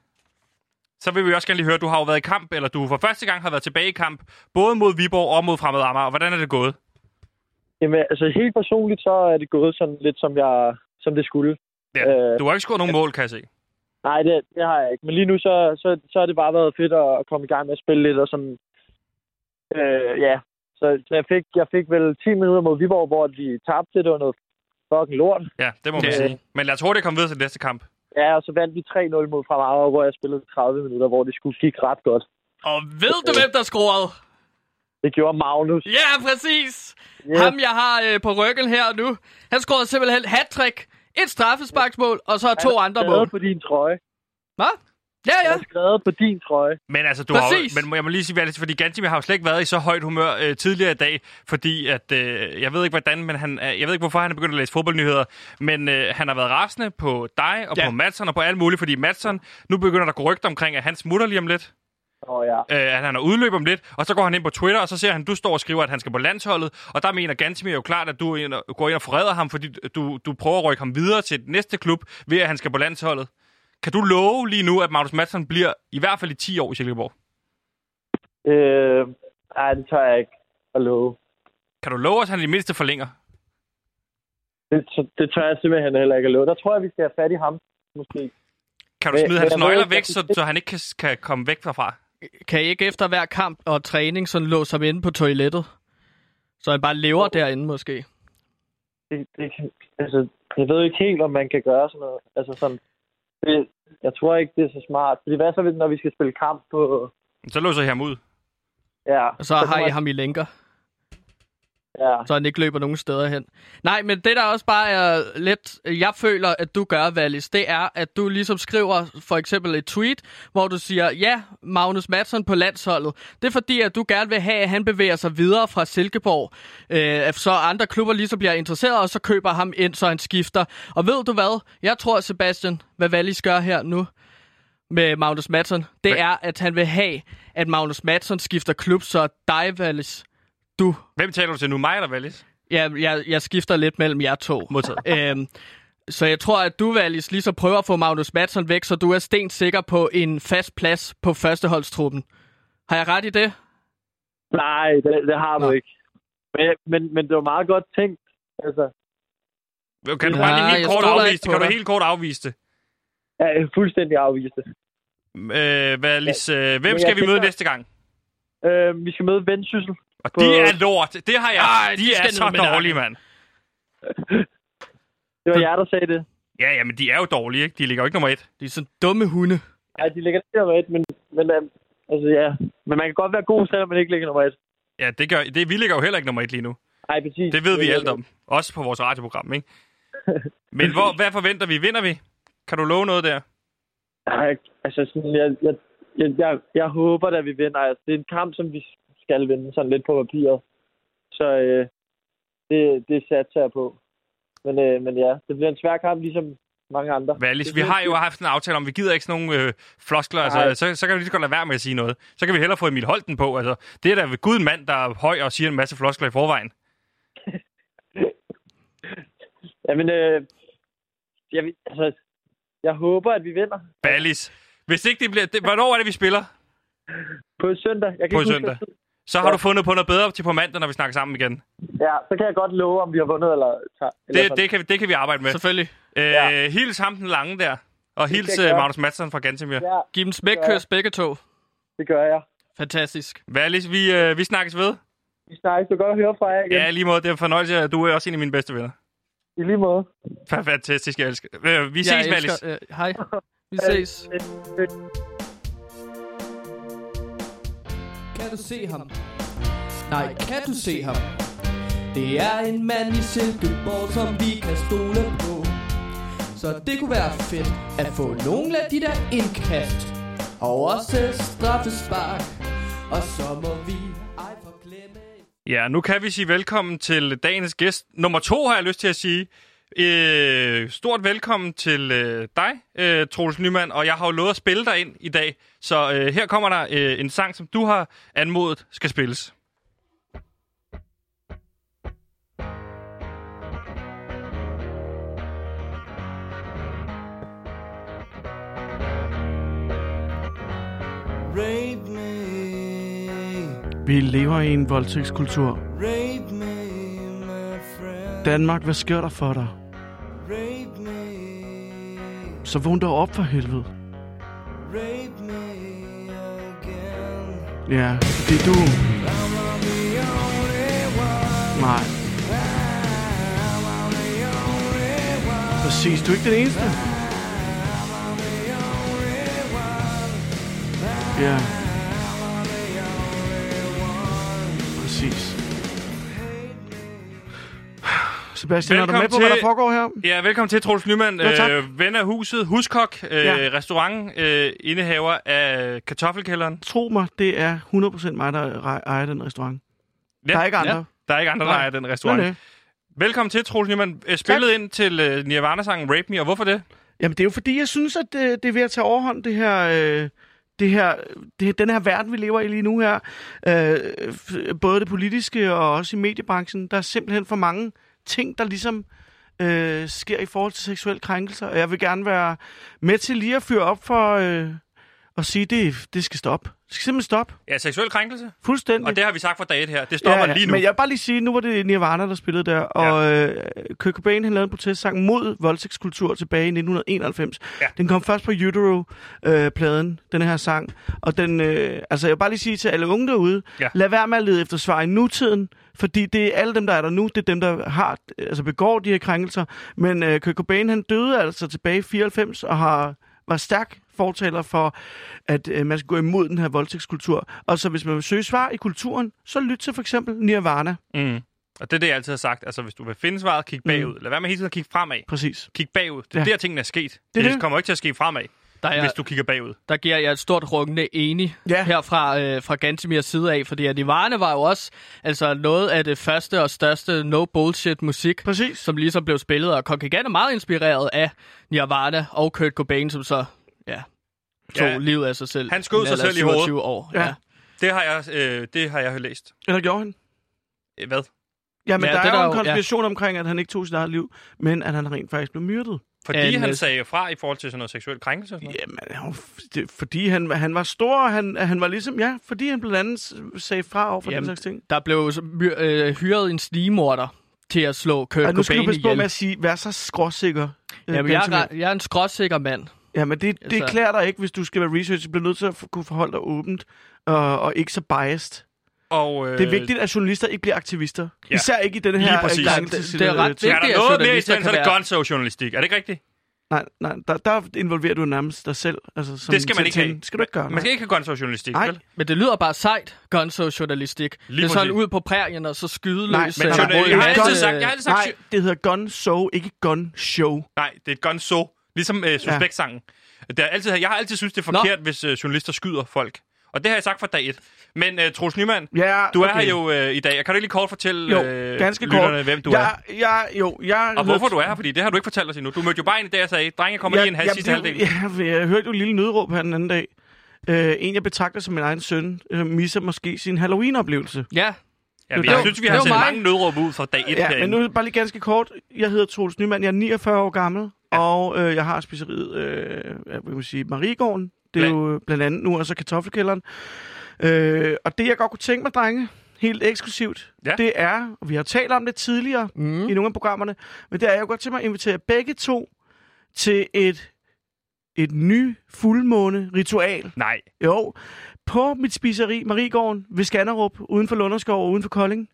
så vil vi også gerne lige høre, du har jo været i kamp, eller du for første gang har været tilbage i kamp, både mod Viborg og mod Fremad Amager. Og Hvordan er det gået?
Jamen, altså helt personligt, så er det gået sådan lidt, som, jeg, som det skulle.
Ja.
Øh,
Du har ikke scoret nogen mål, kan jeg se.
Nej, det, det har jeg ikke. Men lige nu, så, så, så har det bare været fedt at, at komme i gang med at spille lidt og sådan... Øh, ja, så, så jeg, fik, jeg fik vel 10 minutter mod Viborg, hvor vi tabte. Det var noget fucking lort.
Ja, det må man
Øh.
sige. Men lad os hurtigt komme videre til næste kamp.
Ja, og så vandt vi 3-0 mod Fremavre, hvor jeg spillede 30 minutter, hvor det skulle gik ret godt.
Og ved du, hvem der scorede?
Det gjorde Magnus.
Ja, præcis!
Yeah.
Ham, jeg har øh, på ryggen her og nu. Han scorede simpelthen hat et straffesparksmål, og så to andre mål.
skrevet på din trøje.
Hvad? Ja,
Ja.
ja.
er skrevet på din trøje.
Men altså, du
Præcis.
har jo, men må- jeg må lige sige, hvad det er, fordi Gantim har jo slet ikke været i så højt humør øh, tidligere i dag, fordi at, øh, jeg ved ikke hvordan, men han, er- jeg ved ikke hvorfor han er begyndt at læse fodboldnyheder, men øh, han har været rasende på dig og ja.
Ja.
på Madsen og på alt muligt, fordi Madsen, nu begynder der at gå rygter omkring, at han smutter lige om lidt,
Åh ja.
øh, at han har udløb om lidt, og så går han ind på Twitter, og så ser han, du står og skriver, at han skal på landsholdet, og der mener Gantimir jo klart, at du er ind og- går ind og forræder ham, fordi du, du prøver at rykke ham videre til næste klub, ved at han skal på landsholdet. Kan du love lige nu, at Magnus Madsen bliver i hvert fald i 10 år i Silkeborg?
Øh, nej, det tør jeg ikke at love.
Kan du love os, at han i det mindste forlænger?
Det, t- det tør jeg simpelthen heller ikke at love. Der tror jeg, vi skal have fat i ham, måske.
Kan du
Men-
smide
men
hans
jeg ved
nøgler
ikke,
væk,
jeg
så, så han ikke kan, kan komme væk derfra?
Kan I ikke efter hver kamp og træning sådan låse ham inde på toilettet? Så han bare lever derinde måske.
Det, det, kan- altså, jeg ved ikke helt, om man kan gøre sådan noget. Altså, sådan, det, jeg tror ikke, det er så smart. Fordi hvad så, hvis- når vi skal spille kamp på...
Så låser jeg ham ud.
Ja,
Og så har
kommer-
I ham i lænker,
Ja,
så han ikke løber nogen steder hen. Nej, men det der også bare er lidt, jeg føler, at du gør, Valis, det er, at du ligesom skriver for eksempel et tweet, hvor du siger, ja, Magnus Madsen på landsholdet. Det er fordi, at du gerne vil have, at han bevæger sig videre fra Silkeborg, øh, så andre klubber ligesom bliver interesseret, og så køber ham ind, så han skifter. Og ved du hvad? Jeg tror, Sebastian, hvad Valis gør her nu, med Magnus Madsen, det
Hvad?
er, at han vil have, at Magnus Madsen skifter klub, så dig, Valis, du...
Hvem taler du til nu? Mig eller Valis?
Ja, jeg, jeg skifter lidt mellem jer to.
Modtaget.
Øhm, så jeg tror, at du, Valis, lige så prøver at få Magnus Madsen væk, så du er stensikker på en fast plads på førsteholdstruppen. Har jeg ret i det?
nej, det, det har du
Nå.
ikke. Men, men, men det var meget godt tænkt. Altså,
Kan du
Ja,
bare lige helt
jeg
kort
stoler
afvise
ikke
det?
på
Kan du
dig.
helt kort afvise det?
ja, jeg er fuldstændig afvist det.
Øh, Valis, øh, hvem
jeg
skal vi møde
tænker-
næste gang?
Øh, vi skal møde Vendsyssel.
Og
på-
de er lort. Det har jeg.
Ej,
de,
de
er
skal
så
ned med nakken.
dårlige, mand.
Det var jer, der sagde det.
Ja, ja, men de er jo dårlige, ikke? De ligger jo ikke nummer et.
De er sådan dumme hunde.
Ja, de ligger ikke nummer et, men, men, øhm, altså, ja. men man kan godt være god, selvom man ikke ligger nummer et.
Ja, det gør, det, vi ligger jo heller ikke nummer et lige nu.
Ej, præcis.
Det ved vi alt om. Også på vores radioprogram, ikke? Men hvor, hvad forventer vi? Vinder vi? Kan du love noget der?
Ej, altså, sådan, jeg, jeg, jeg, jeg, jeg håber, at vi vinder. Altså, det er en kamp, som vi skal vinde sådan lidt på papiret. Så øh, det, det satser jeg på. Men, øh, men ja, det bliver en svær kamp, ligesom mange andre.
Valis, vi har jo haft en aftale om, vi gider ikke sådan nogle øh, floskler, altså,
Nej.
så, så kan vi lige så godt lade være med at sige noget. Så kan vi hellere få Emil Holten på, altså, det er da ved Gud en mand, der er høj og siger en masse floskler i forvejen.
Jamen, øh, jeg, ved- altså, jeg håber, at vi vinder
Ballis. Hvis ikke det bliver... Det, hvornår er det, vi spiller?
på søndag. Jeg
På
kan ikke huske,
søndag.
hvad tid.
Så har du fundet på noget bedre til på mandag, når vi snakker sammen igen.
Ja, så kan jeg godt love, om vi har vundet eller tager. eller
Det,
sådan.
det, kan, vi- det kan vi arbejde med.
Selvfølgelig.
Øh,
Ja.
Hils ham den lange der. Og hils
jeg
øh,
gøre.
Magnus Madsen fra Gantemir.
Ja,
Giv dem smækkøs begge to.
det gør jeg.
Fantastisk.
Vallis, vi, øh, vi snakkes ved.
Vi snakkes. Du kan godt høre fra jer igen.
Ja, i lige måde. Det er en fornøjelse. at Du er også en af mine bedste venner.
I lige måde.
Fa- Fantastisk, jeg elsker. Øh, vi ses,
Jeg
Vallis.
elsker- øh, Hej. Vi ses.
Kan du se ham? Nej, kan du se ham? Det er en mand i Silkeborg, som vi kan stole på. Så det kunne være fedt at få nogle af de der indkast. Og også straffespark. Og så må vi ej forglemme...
Ja, nu kan vi sige velkommen til dagens gæst. Nummer to har jeg lyst til at sige. Øh, stort velkommen til øh, dig, øh, Troels Nyman, og jeg har jo lovet at spille dig ind i dag. Så øh, her kommer der øh, en sang, som du har anmodet skal spilles.
Rape me,
Vi lever i en voldtægtskultur.
rape me, my friend.
Danmark, hvad sker der for dig?
Rape me,
Så vågn dig op for helvede.
rape me again.
Ja, fordi du... Nej. Præcis, du er ikke den eneste. Ja. Præcis. Sebastian, er du med
Velkommen
på, hvad
til-
der foregår her?
Ja, velkommen til, Troels Nyman,
Jo, tak.
øh, ven af huset, huskok, øh, ja.
Ja.
restaurant, øh, indehaver af kartoffelkælderen.
Tro mig, det er 100% mig, der ej- ejer den restaurant.
Ja.
Der er ikke andre. Ja.
Der er ikke andre, der
Nej.
ejer den restaurant.
Nej, nej.
Velkommen til, Troels Nyman. Øh, Spillet ind til øh, Nirvana-sangen Rape Me, og hvorfor det?
Jamen, det er jo fordi, jeg synes, at øh, det, det er ved at tage overhånd, det her... Øh, det her, det, den her verden, vi lever i lige nu her, øh, f- både det politiske og også i mediebranchen, der er simpelthen for mange ting, der ligesom øh, sker i forhold til seksuel krænkelse, og jeg vil gerne være med til lige at fyre op for øh, at sige, det, det skal stoppe. Det skal simpelthen stoppe.
Ja, seksuel krænkelse.
Fuldstændig.
Og det har vi sagt fra dag et her. Det stopper ja, lige nu.
Men jeg vil bare lige sige, nu var det Nirvana, der spillede der, og ja. øh, Kurt Cobain, han lavede en protestsang mod voldtægtskultur tilbage i 1991.
Ja.
Ja. Den kom først på Utero-pladen, den her sang, og den, øh, altså jeg vil bare lige sige til alle unge derude,
Ja.
ja. lad være med at lede efter svar i nutiden, fordi det er alle dem, der er der nu, det er dem, der har, altså begår de her krænkelser, men øh, Kurt Cobain, han døde altså tilbage i 94 og har var stærk fortaler for, at øh, man skal gå imod den her voldtægtskultur. Og så hvis man vil søge svar i kulturen, så lyt til for eksempel Nirvana.
Mm. Og det er det, jeg altid har sagt. Altså, hvis du vil finde svaret, kig bagud. Mm. Lad være med hele tiden at kigge fremad.
Præcis.
Kig bagud. Det er ja.
Ja.
der, tingene er sket. Det,
Det er
det
det.
kommer ikke til at ske fremad,
Der,
ja.
er,
hvis du kigger bagud.
der giver jeg et stort rukkende enig
Ja.
her fra, øh, fra Gantemirs side af, fordi at Ivane var jo også altså, noget af det første og største no-bullshit-musik,
Præcis.
som ligesom blev spillet, og Konkigan er meget inspireret af Nirvana og Kurt Cobain, som så ja, tog
Ja.
ja. livet af sig selv.
Han skød
i en
sig
alder af
selv i hovedet.
27 år.
Ja.
Ja.
Det har jeg, øh, det har jeg læst.
Eller gjorde han?
Øh, Hvad?
Jamen,
Ja,
ja, der
det
er
der
jo
jo-
en
ja.
konspiration ja. omkring, at han ikke tog sit eget liv, men at han rent faktisk blev myrdet.
Fordi
Ja,
han
men-
sagde fra i forhold til sådan noget seksuel krænkelse. Og sådan noget.
Jamen, han var f- det, fordi han, han var stor, og han, han var ligesom, ja, fordi han blandt andet s- sagde fra over for
Jamen,
den slags ting.
Der blev så my- øh, hyret en snigmorder til at slå Kurt
Og nu skal du
Cobain
passe på
ihjel.
med at sige, vær så skråsikker. øh,
Jamen, jeg, er,
Benjamin.
ret- jeg er en skråsikker mand.
Jamen, det, det
Altså-
klæder dig ikke, hvis du skal være research. Du bliver nødt til at f- kunne forholde dig åbent og, og ikke så biased.
Og, øh,
Det er vigtigt, at journalister ikke bliver aktivister.
Ja.
Ja. Især ikke i den
Lige
her
præcis.
krænkelse.
Det er ret vigtigt.
Er
at
der noget mere i
journalister
stand, så er
kan
det
være-
gonzo-journalistik. Er det ikke rigtigt?
Nej, nej der, der involverer du nærmest dig selv. Altså, som
Det skal man
til-
ikke
til-
have.
Det skal du ikke gøre.
Man skal
nej.
ikke have gonzo-journalistik,
Nej.
vel?
Men det lyder bare sejt, gonzo-journalistik.
Lige
Det er sådan
præcis.
ud på prærien og så skyde løs.
Nej,
øh,
men
mod
journal-
en
jeg har
masse-
altid sagt, jeg har altid sagt,
Nej, det hedder Gun Show, ikke Gun Show.
Nej, det er et gonzo. Ligesom øh, suspektsangen. Det er altid, jeg har altid synes det er
Nå.
forkert, hvis øh, journalister skyder folk. Og det har jeg sagt fra dag et. Men øh, Troels Nyman,
Ja,
du er
okay.
her jo øh, i dag. Kan du ikke lige kort fortælle
Jo,
øh,
ganske
lytterne,
kort.
hvem du er?
jeg, Jeg, jo, jeg
Og hvorfor du er her, fordi det har du ikke fortalt os endnu. Du mødte jo bare en i dag og sagde, drenge, jeg kommer lige en halv sidste
det-
halvdel.
Ja, jeg, jeg hørte jo et lille nødråb her den anden dag. Øh, en, jeg betragter som min egen søn, øh, misser måske sin Halloween-oplevelse.
Ja,
Ja, men
det
jeg
var-
synes, vi
det
har
var
sendt
mig.
mange nødråb ud fra dag 1
Ja, men nu bare lige ganske kort. Jeg hedder Troels Nyman, jeg er 49 år gammel. Ja. Og øh, jeg har spiseriet, øh, hvad kan man sige, Mariegården. Det er
Bla-
jo øh, blandt andet nu, og så kartoffelkælderen. Øh, og det, jeg godt kunne tænke mig, drenge, helt eksklusivt,
Ja.
det er, og vi har talt om det tidligere mm. i nogle af programmerne, men det er, jeg kunne godt tænke mig at invitere begge to til et, et ny fuldmåne-ritual.
Nej.
Jo, på mit spiseri Mariegården ved Skanderup, uden for Lunderskov og uden for Kolding,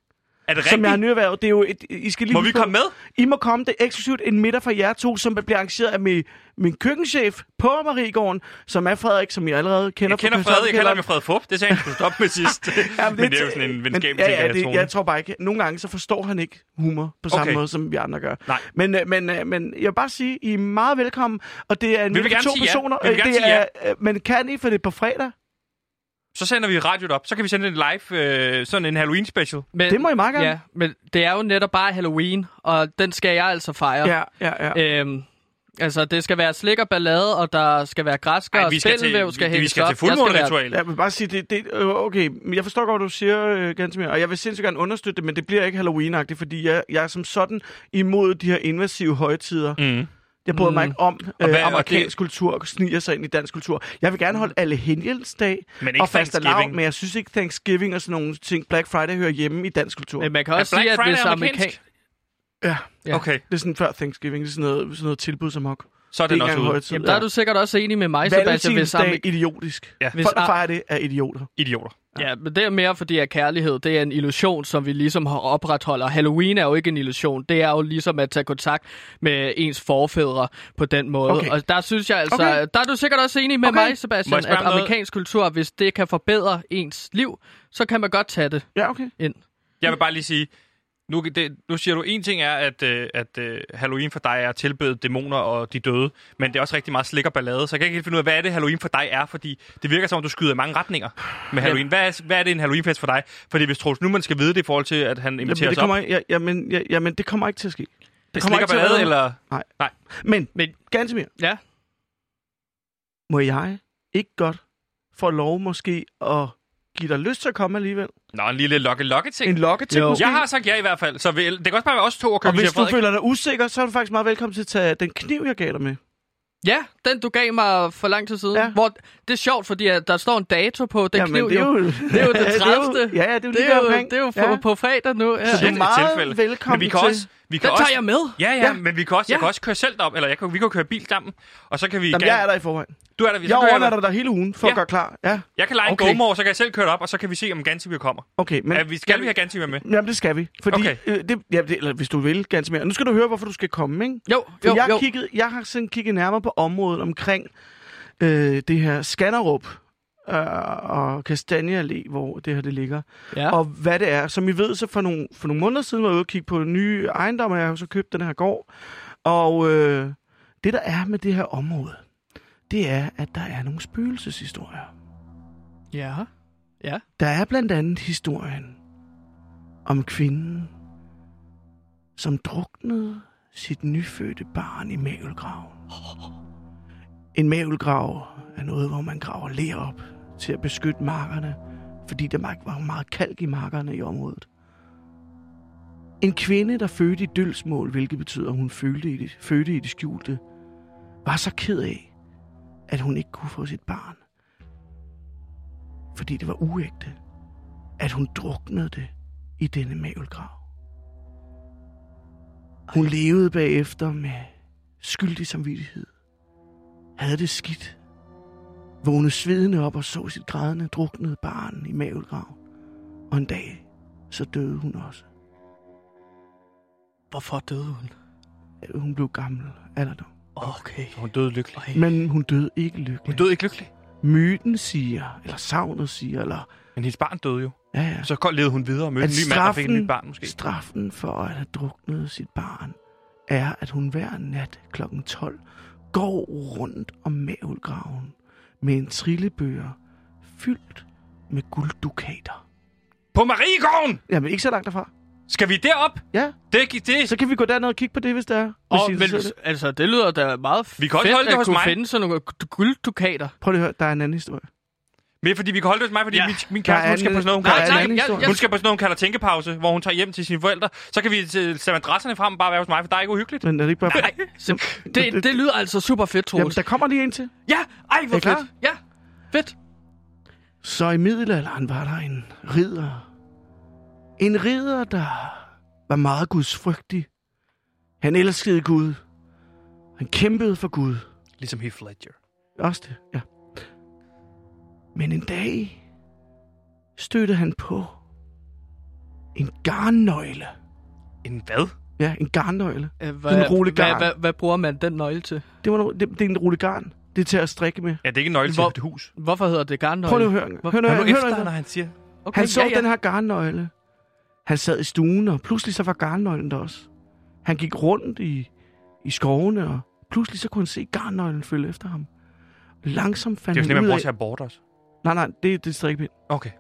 Er det
som jeg har
rigtigt?
nyerhvervet. Det er jo et, I skal lige
Må vi
huske på-
komme med?
i må komme det er eksklusivt en middag for jer to, som bliver arrangeret af min, min køkkenchef på Mariegården, som er Frederik, som jeg allerede kender.
Jeg kender
fra
Fred, jeg kalder ham
Kartoffelkælderen.
jo Fred Fup. Det sagde han, skulle stoppe med sidst. ja, men, men det er jo sådan en venskabelig
men- ja, ja,
ting,
det, Jeg tror bare ikke. Nogle gange så forstår han ikke humor på samme
Okay.
måde, som vi andre gør.
Nej.
Men, øh, men, øh, men jeg vil bare sige, I er meget velkommen. Og det er en
Vi vil
middag for
gerne
to
sige ja.
personer.
Vi vil
Øh,
gerne
det
sige
er, øh, Men kan I, for det er på fredag?
Så sender vi radioet op. Så kan vi sende en live, øh, sådan en Halloween special.
Men,
Det må I meget gerne.
Ja, men det er jo netop bare Halloween, og den skal jeg altså fejre.
ja, ja.
Øhm, altså, det skal være slik og ballade, og der skal være græsker,
Ej,
og
vi skal til-
spindelvæv skal
vi-
hænges
Vi skal
op.
til
Jeg være-
fuldmåneritual.
Ja, men bare sige, det, det, øh, okay, men jeg forstår godt, hvad du siger, øh, ganske mere, og jeg vil sindssygt gerne understøtte det, men det bliver ikke Halloween-agtigt, fordi jeg, jeg er som sådan imod de her invasive højtider.
Mm.
Jeg bryder mm. mig
Mm.
ikke om øh,
hvad- og
amerikansk
det- Mm.
kultur og sniger sig ind i dansk kultur. Jeg vil gerne holde alle helgelsdag
Men ikke
og faste
Thanksgiving.
men jeg synes ikke, Thanksgiving og sådan nogle ting, Black Friday hører hjemme i dansk kultur.
Men
Men,
man kan
Er
også
Black
sige, at
Friday
hvis
amerikansk?
amerikansk...
ja,
Ja.
Okay,
det er sådan før Thanksgiving, det er sådan noget, sådan noget tilbud som hok.
så er
Det
den
er ikke
også
engang
ude.
højtid.
Jamen, der er du sikkert også enig med mig, Sebastian, hvis,
Valentinsdag,
amer-
idiotisk.
Ja.
Folk, der fejrer det, er idioter.
Idioter.
Ja, men det er mere fordi, at kærlighed, det er en illusion, som vi ligesom har opretholder. Halloween er jo ikke en illusion. Det er jo ligesom at tage kontakt med ens forfædre på den måde.
Okay.
Og der synes jeg altså,
Okay.
okay. der er du sikkert også enig med
Okay.
okay.
Må
mig,
jeg
Sebastian,
spørge
at
om noget?
amerikansk kultur, hvis det kan forbedre ens liv, så kan man godt tage det
Ja, okay.
ind.
Jeg vil bare lige sige, nu, det, nu siger du, en ting er, at, øh, at øh, Halloween for dig er at tilbede dæmoner og de døde, men det er også rigtig meget slik og ballade, så jeg kan ikke helt finde ud af, hvad er det Halloween for dig er, fordi det virker som om, du skyder i mange retninger med Halloween. Hvad er, hvad er det en Halloweenfest for dig? Fordi hvis Troels Numan skal vide det i forhold til, at han inviterer
Jamen, det
os op,
kommer, ja, jamen, ja, jamen, det kommer ikke til at ske.
det
kommer
slik
ikke
og
til at
ballade,
være
eller...
Men,
Men-
ganske mere,
Ja,
må jeg ikke godt få lov måske at give dig lyst til at komme alligevel?
Nå, en lille
En
lokke-lokke-ting.
lokke til måske?
Jeg har sagt ja i hvert fald, så vil, det kan også bare være os to og
og
købe
hvis du
Frederik.
føler dig usikker, så er du faktisk meget velkommen til at tage den kniv, jeg gav dig med.
ja den du gav mig for lang tid siden.
Ja.
Ja. Hvor, det er sjovt, fordi at der står en dato på den kniv.
det er jo,
det er jo den 30.
Ja, ja, det er jo lige
det er jo,
omkring.
det er jo på,
ja.
ja. på fredag nu. Ja.
Så du er
et
meget
tilfælde.
velkommen
Men vi kan
til.
også, vi kan
Den
også,
tager jeg med.
Ja, ja,
Ja.
ja, men vi kan også, jeg
Ja.
kan også køre selv derop, eller jeg kan, vi kan køre bil sammen, og så kan vi...
Jamen,
gerne-
jeg er der i forvejen.
Du er der, vi
Jeg
så kører
overnatter dig hele ugen for at
Ja.
gøre klar. Ja,
Jeg kan lege
Okay.
okay. en GoMore, så kan jeg selv køre det op, og så kan vi se, om Gansimir kommer.
okay. Men,
Men, vi, skal vi have Gansimir med?
Jamen, det skal vi. Fordi,
Okay.
øh, det, ja, det, eller hvis du vil, ganske mere. Nu skal du høre, hvorfor du skal komme, ikke?
Jo,
For
jo,
jeg,
jo.
Kiggede, jeg har sådan kigget nærmere på området omkring øh, det her Skanderup øh, og Kastanje Allé, hvor det her det ligger.
Ja.
Og hvad det er. Som I ved, så for nogle, for nogle måneder siden var jeg ude og kigge på nye ejendomme, og jeg har jo så købt den her gård. Og øh, det, der er med det her område, det er, at der er nogle spøgelseshistorier.
Ja. Ja.
Der er blandt andet historien om kvinden, som druknede sit nyfødte barn i mavelgraven. En mavelgrav er noget, hvor man graver ler op til at beskytte markerne, fordi der var- var meget kalk i markerne i området. En kvinde, der fødte i dølsmål, hvilket betyder, at hun følte i det, fødte i det skjulte, var så ked af, at hun ikke kunne få sit barn fordi det var uægte, at hun druknede det i denne mavelgrav. Hun levede bagefter med skyldig samvittighed, havde det skidt, vågnede svedende op og så sit grædende, druknede barn i mavelgraven, og en dag så døde hun også.
Hvorfor døde hun?
Øh, Hun blev gammel alderdom,
Okay.
Hun døde lykkelig.
men hun døde ikke lykkelig.
Hun døde ikke lykkelig,
Myten siger, eller savnet siger, eller...
men hendes barn døde jo.
Ja, ja.
Så godt levede hun videre og mødte
At
en ny mand og fik et
straffen-
nyt barn måske.
Straffen for at have druknet sit barn er, at hun hver nat kl. 12 går rundt om mavelgraven med en trillebøger fyldt med gulddukater.
På Mariegården!
Jamen, ikke så langt derfra.
Skal vi derop?
Ja,
Det, gik- det.
så kan vi gå derned og kigge på det, hvis der er.
Og,
hvis I er
men,
interesseret i det.
altså, det lyder da meget
Vi kan også
fedt,
holde det
at
hos
kunne
mig.
finde sådan nogle gulddukater.
Prøv lige at høre, der er en anden historie.
Men det er fordi, vi kan holde det hos mig, fordi ja.
Ja.
min, min
Der er
kæreste, hun skal
en-
på sådan noget, hun
der er
kalder,
en
nej,
anden
nej,
historie.
jeg, hun skal på sådan noget, hun kalder tænkepause, hvor hun tager hjem til sine forældre. Så kan vi øh, sætte adresserne frem og bare være hos mig, for der er ikke uhyggeligt.
Men er det ikke bare...
Nej, det, det lyder altså super fedt,
Jamen,
Troels.
der kommer lige en til.
Ja, ej, hvor
Er I klar?
fedt. Ja, fedt.
Så i middelalderen var der en ridder. En ridder, der var meget gudsfrygtig. Han elskede Gud. Han kæmpede for Gud.
Ligesom Heath Ledger.
Også det, ja. Men en dag stødte han på en garnnøgle.
En hvad?
Ja, en garnnøgle.
Øh,
Sådan en rulle
hvad,
garn.
hvad, hvad bruger man den nøgle til?
Det, var, no- det, det er en rulle garn. Det er til at strikke med.
Ja, det er ikke en nøgle til
Hvor-
et hus.
Hvorfor hedder det garnnøgle?
Prøv nu at høre. en gang. Hør nu,
Hør nu
hør nu,
efter,
hør nu.
når han siger.
Okay,
Han så
ja, ja.
den her garnnøgle. Han sad i stuen, og pludselig så var garnnøglen der også. Han gik rundt i, i skovene, og pludselig så kunne han se garnnøglen følge efter ham. Langsomt
Det
fandt
er jo sådan,
han
man
ud
bruger
af...
til abort også.
Nej, nej, det, det er strikkepind.
Okay.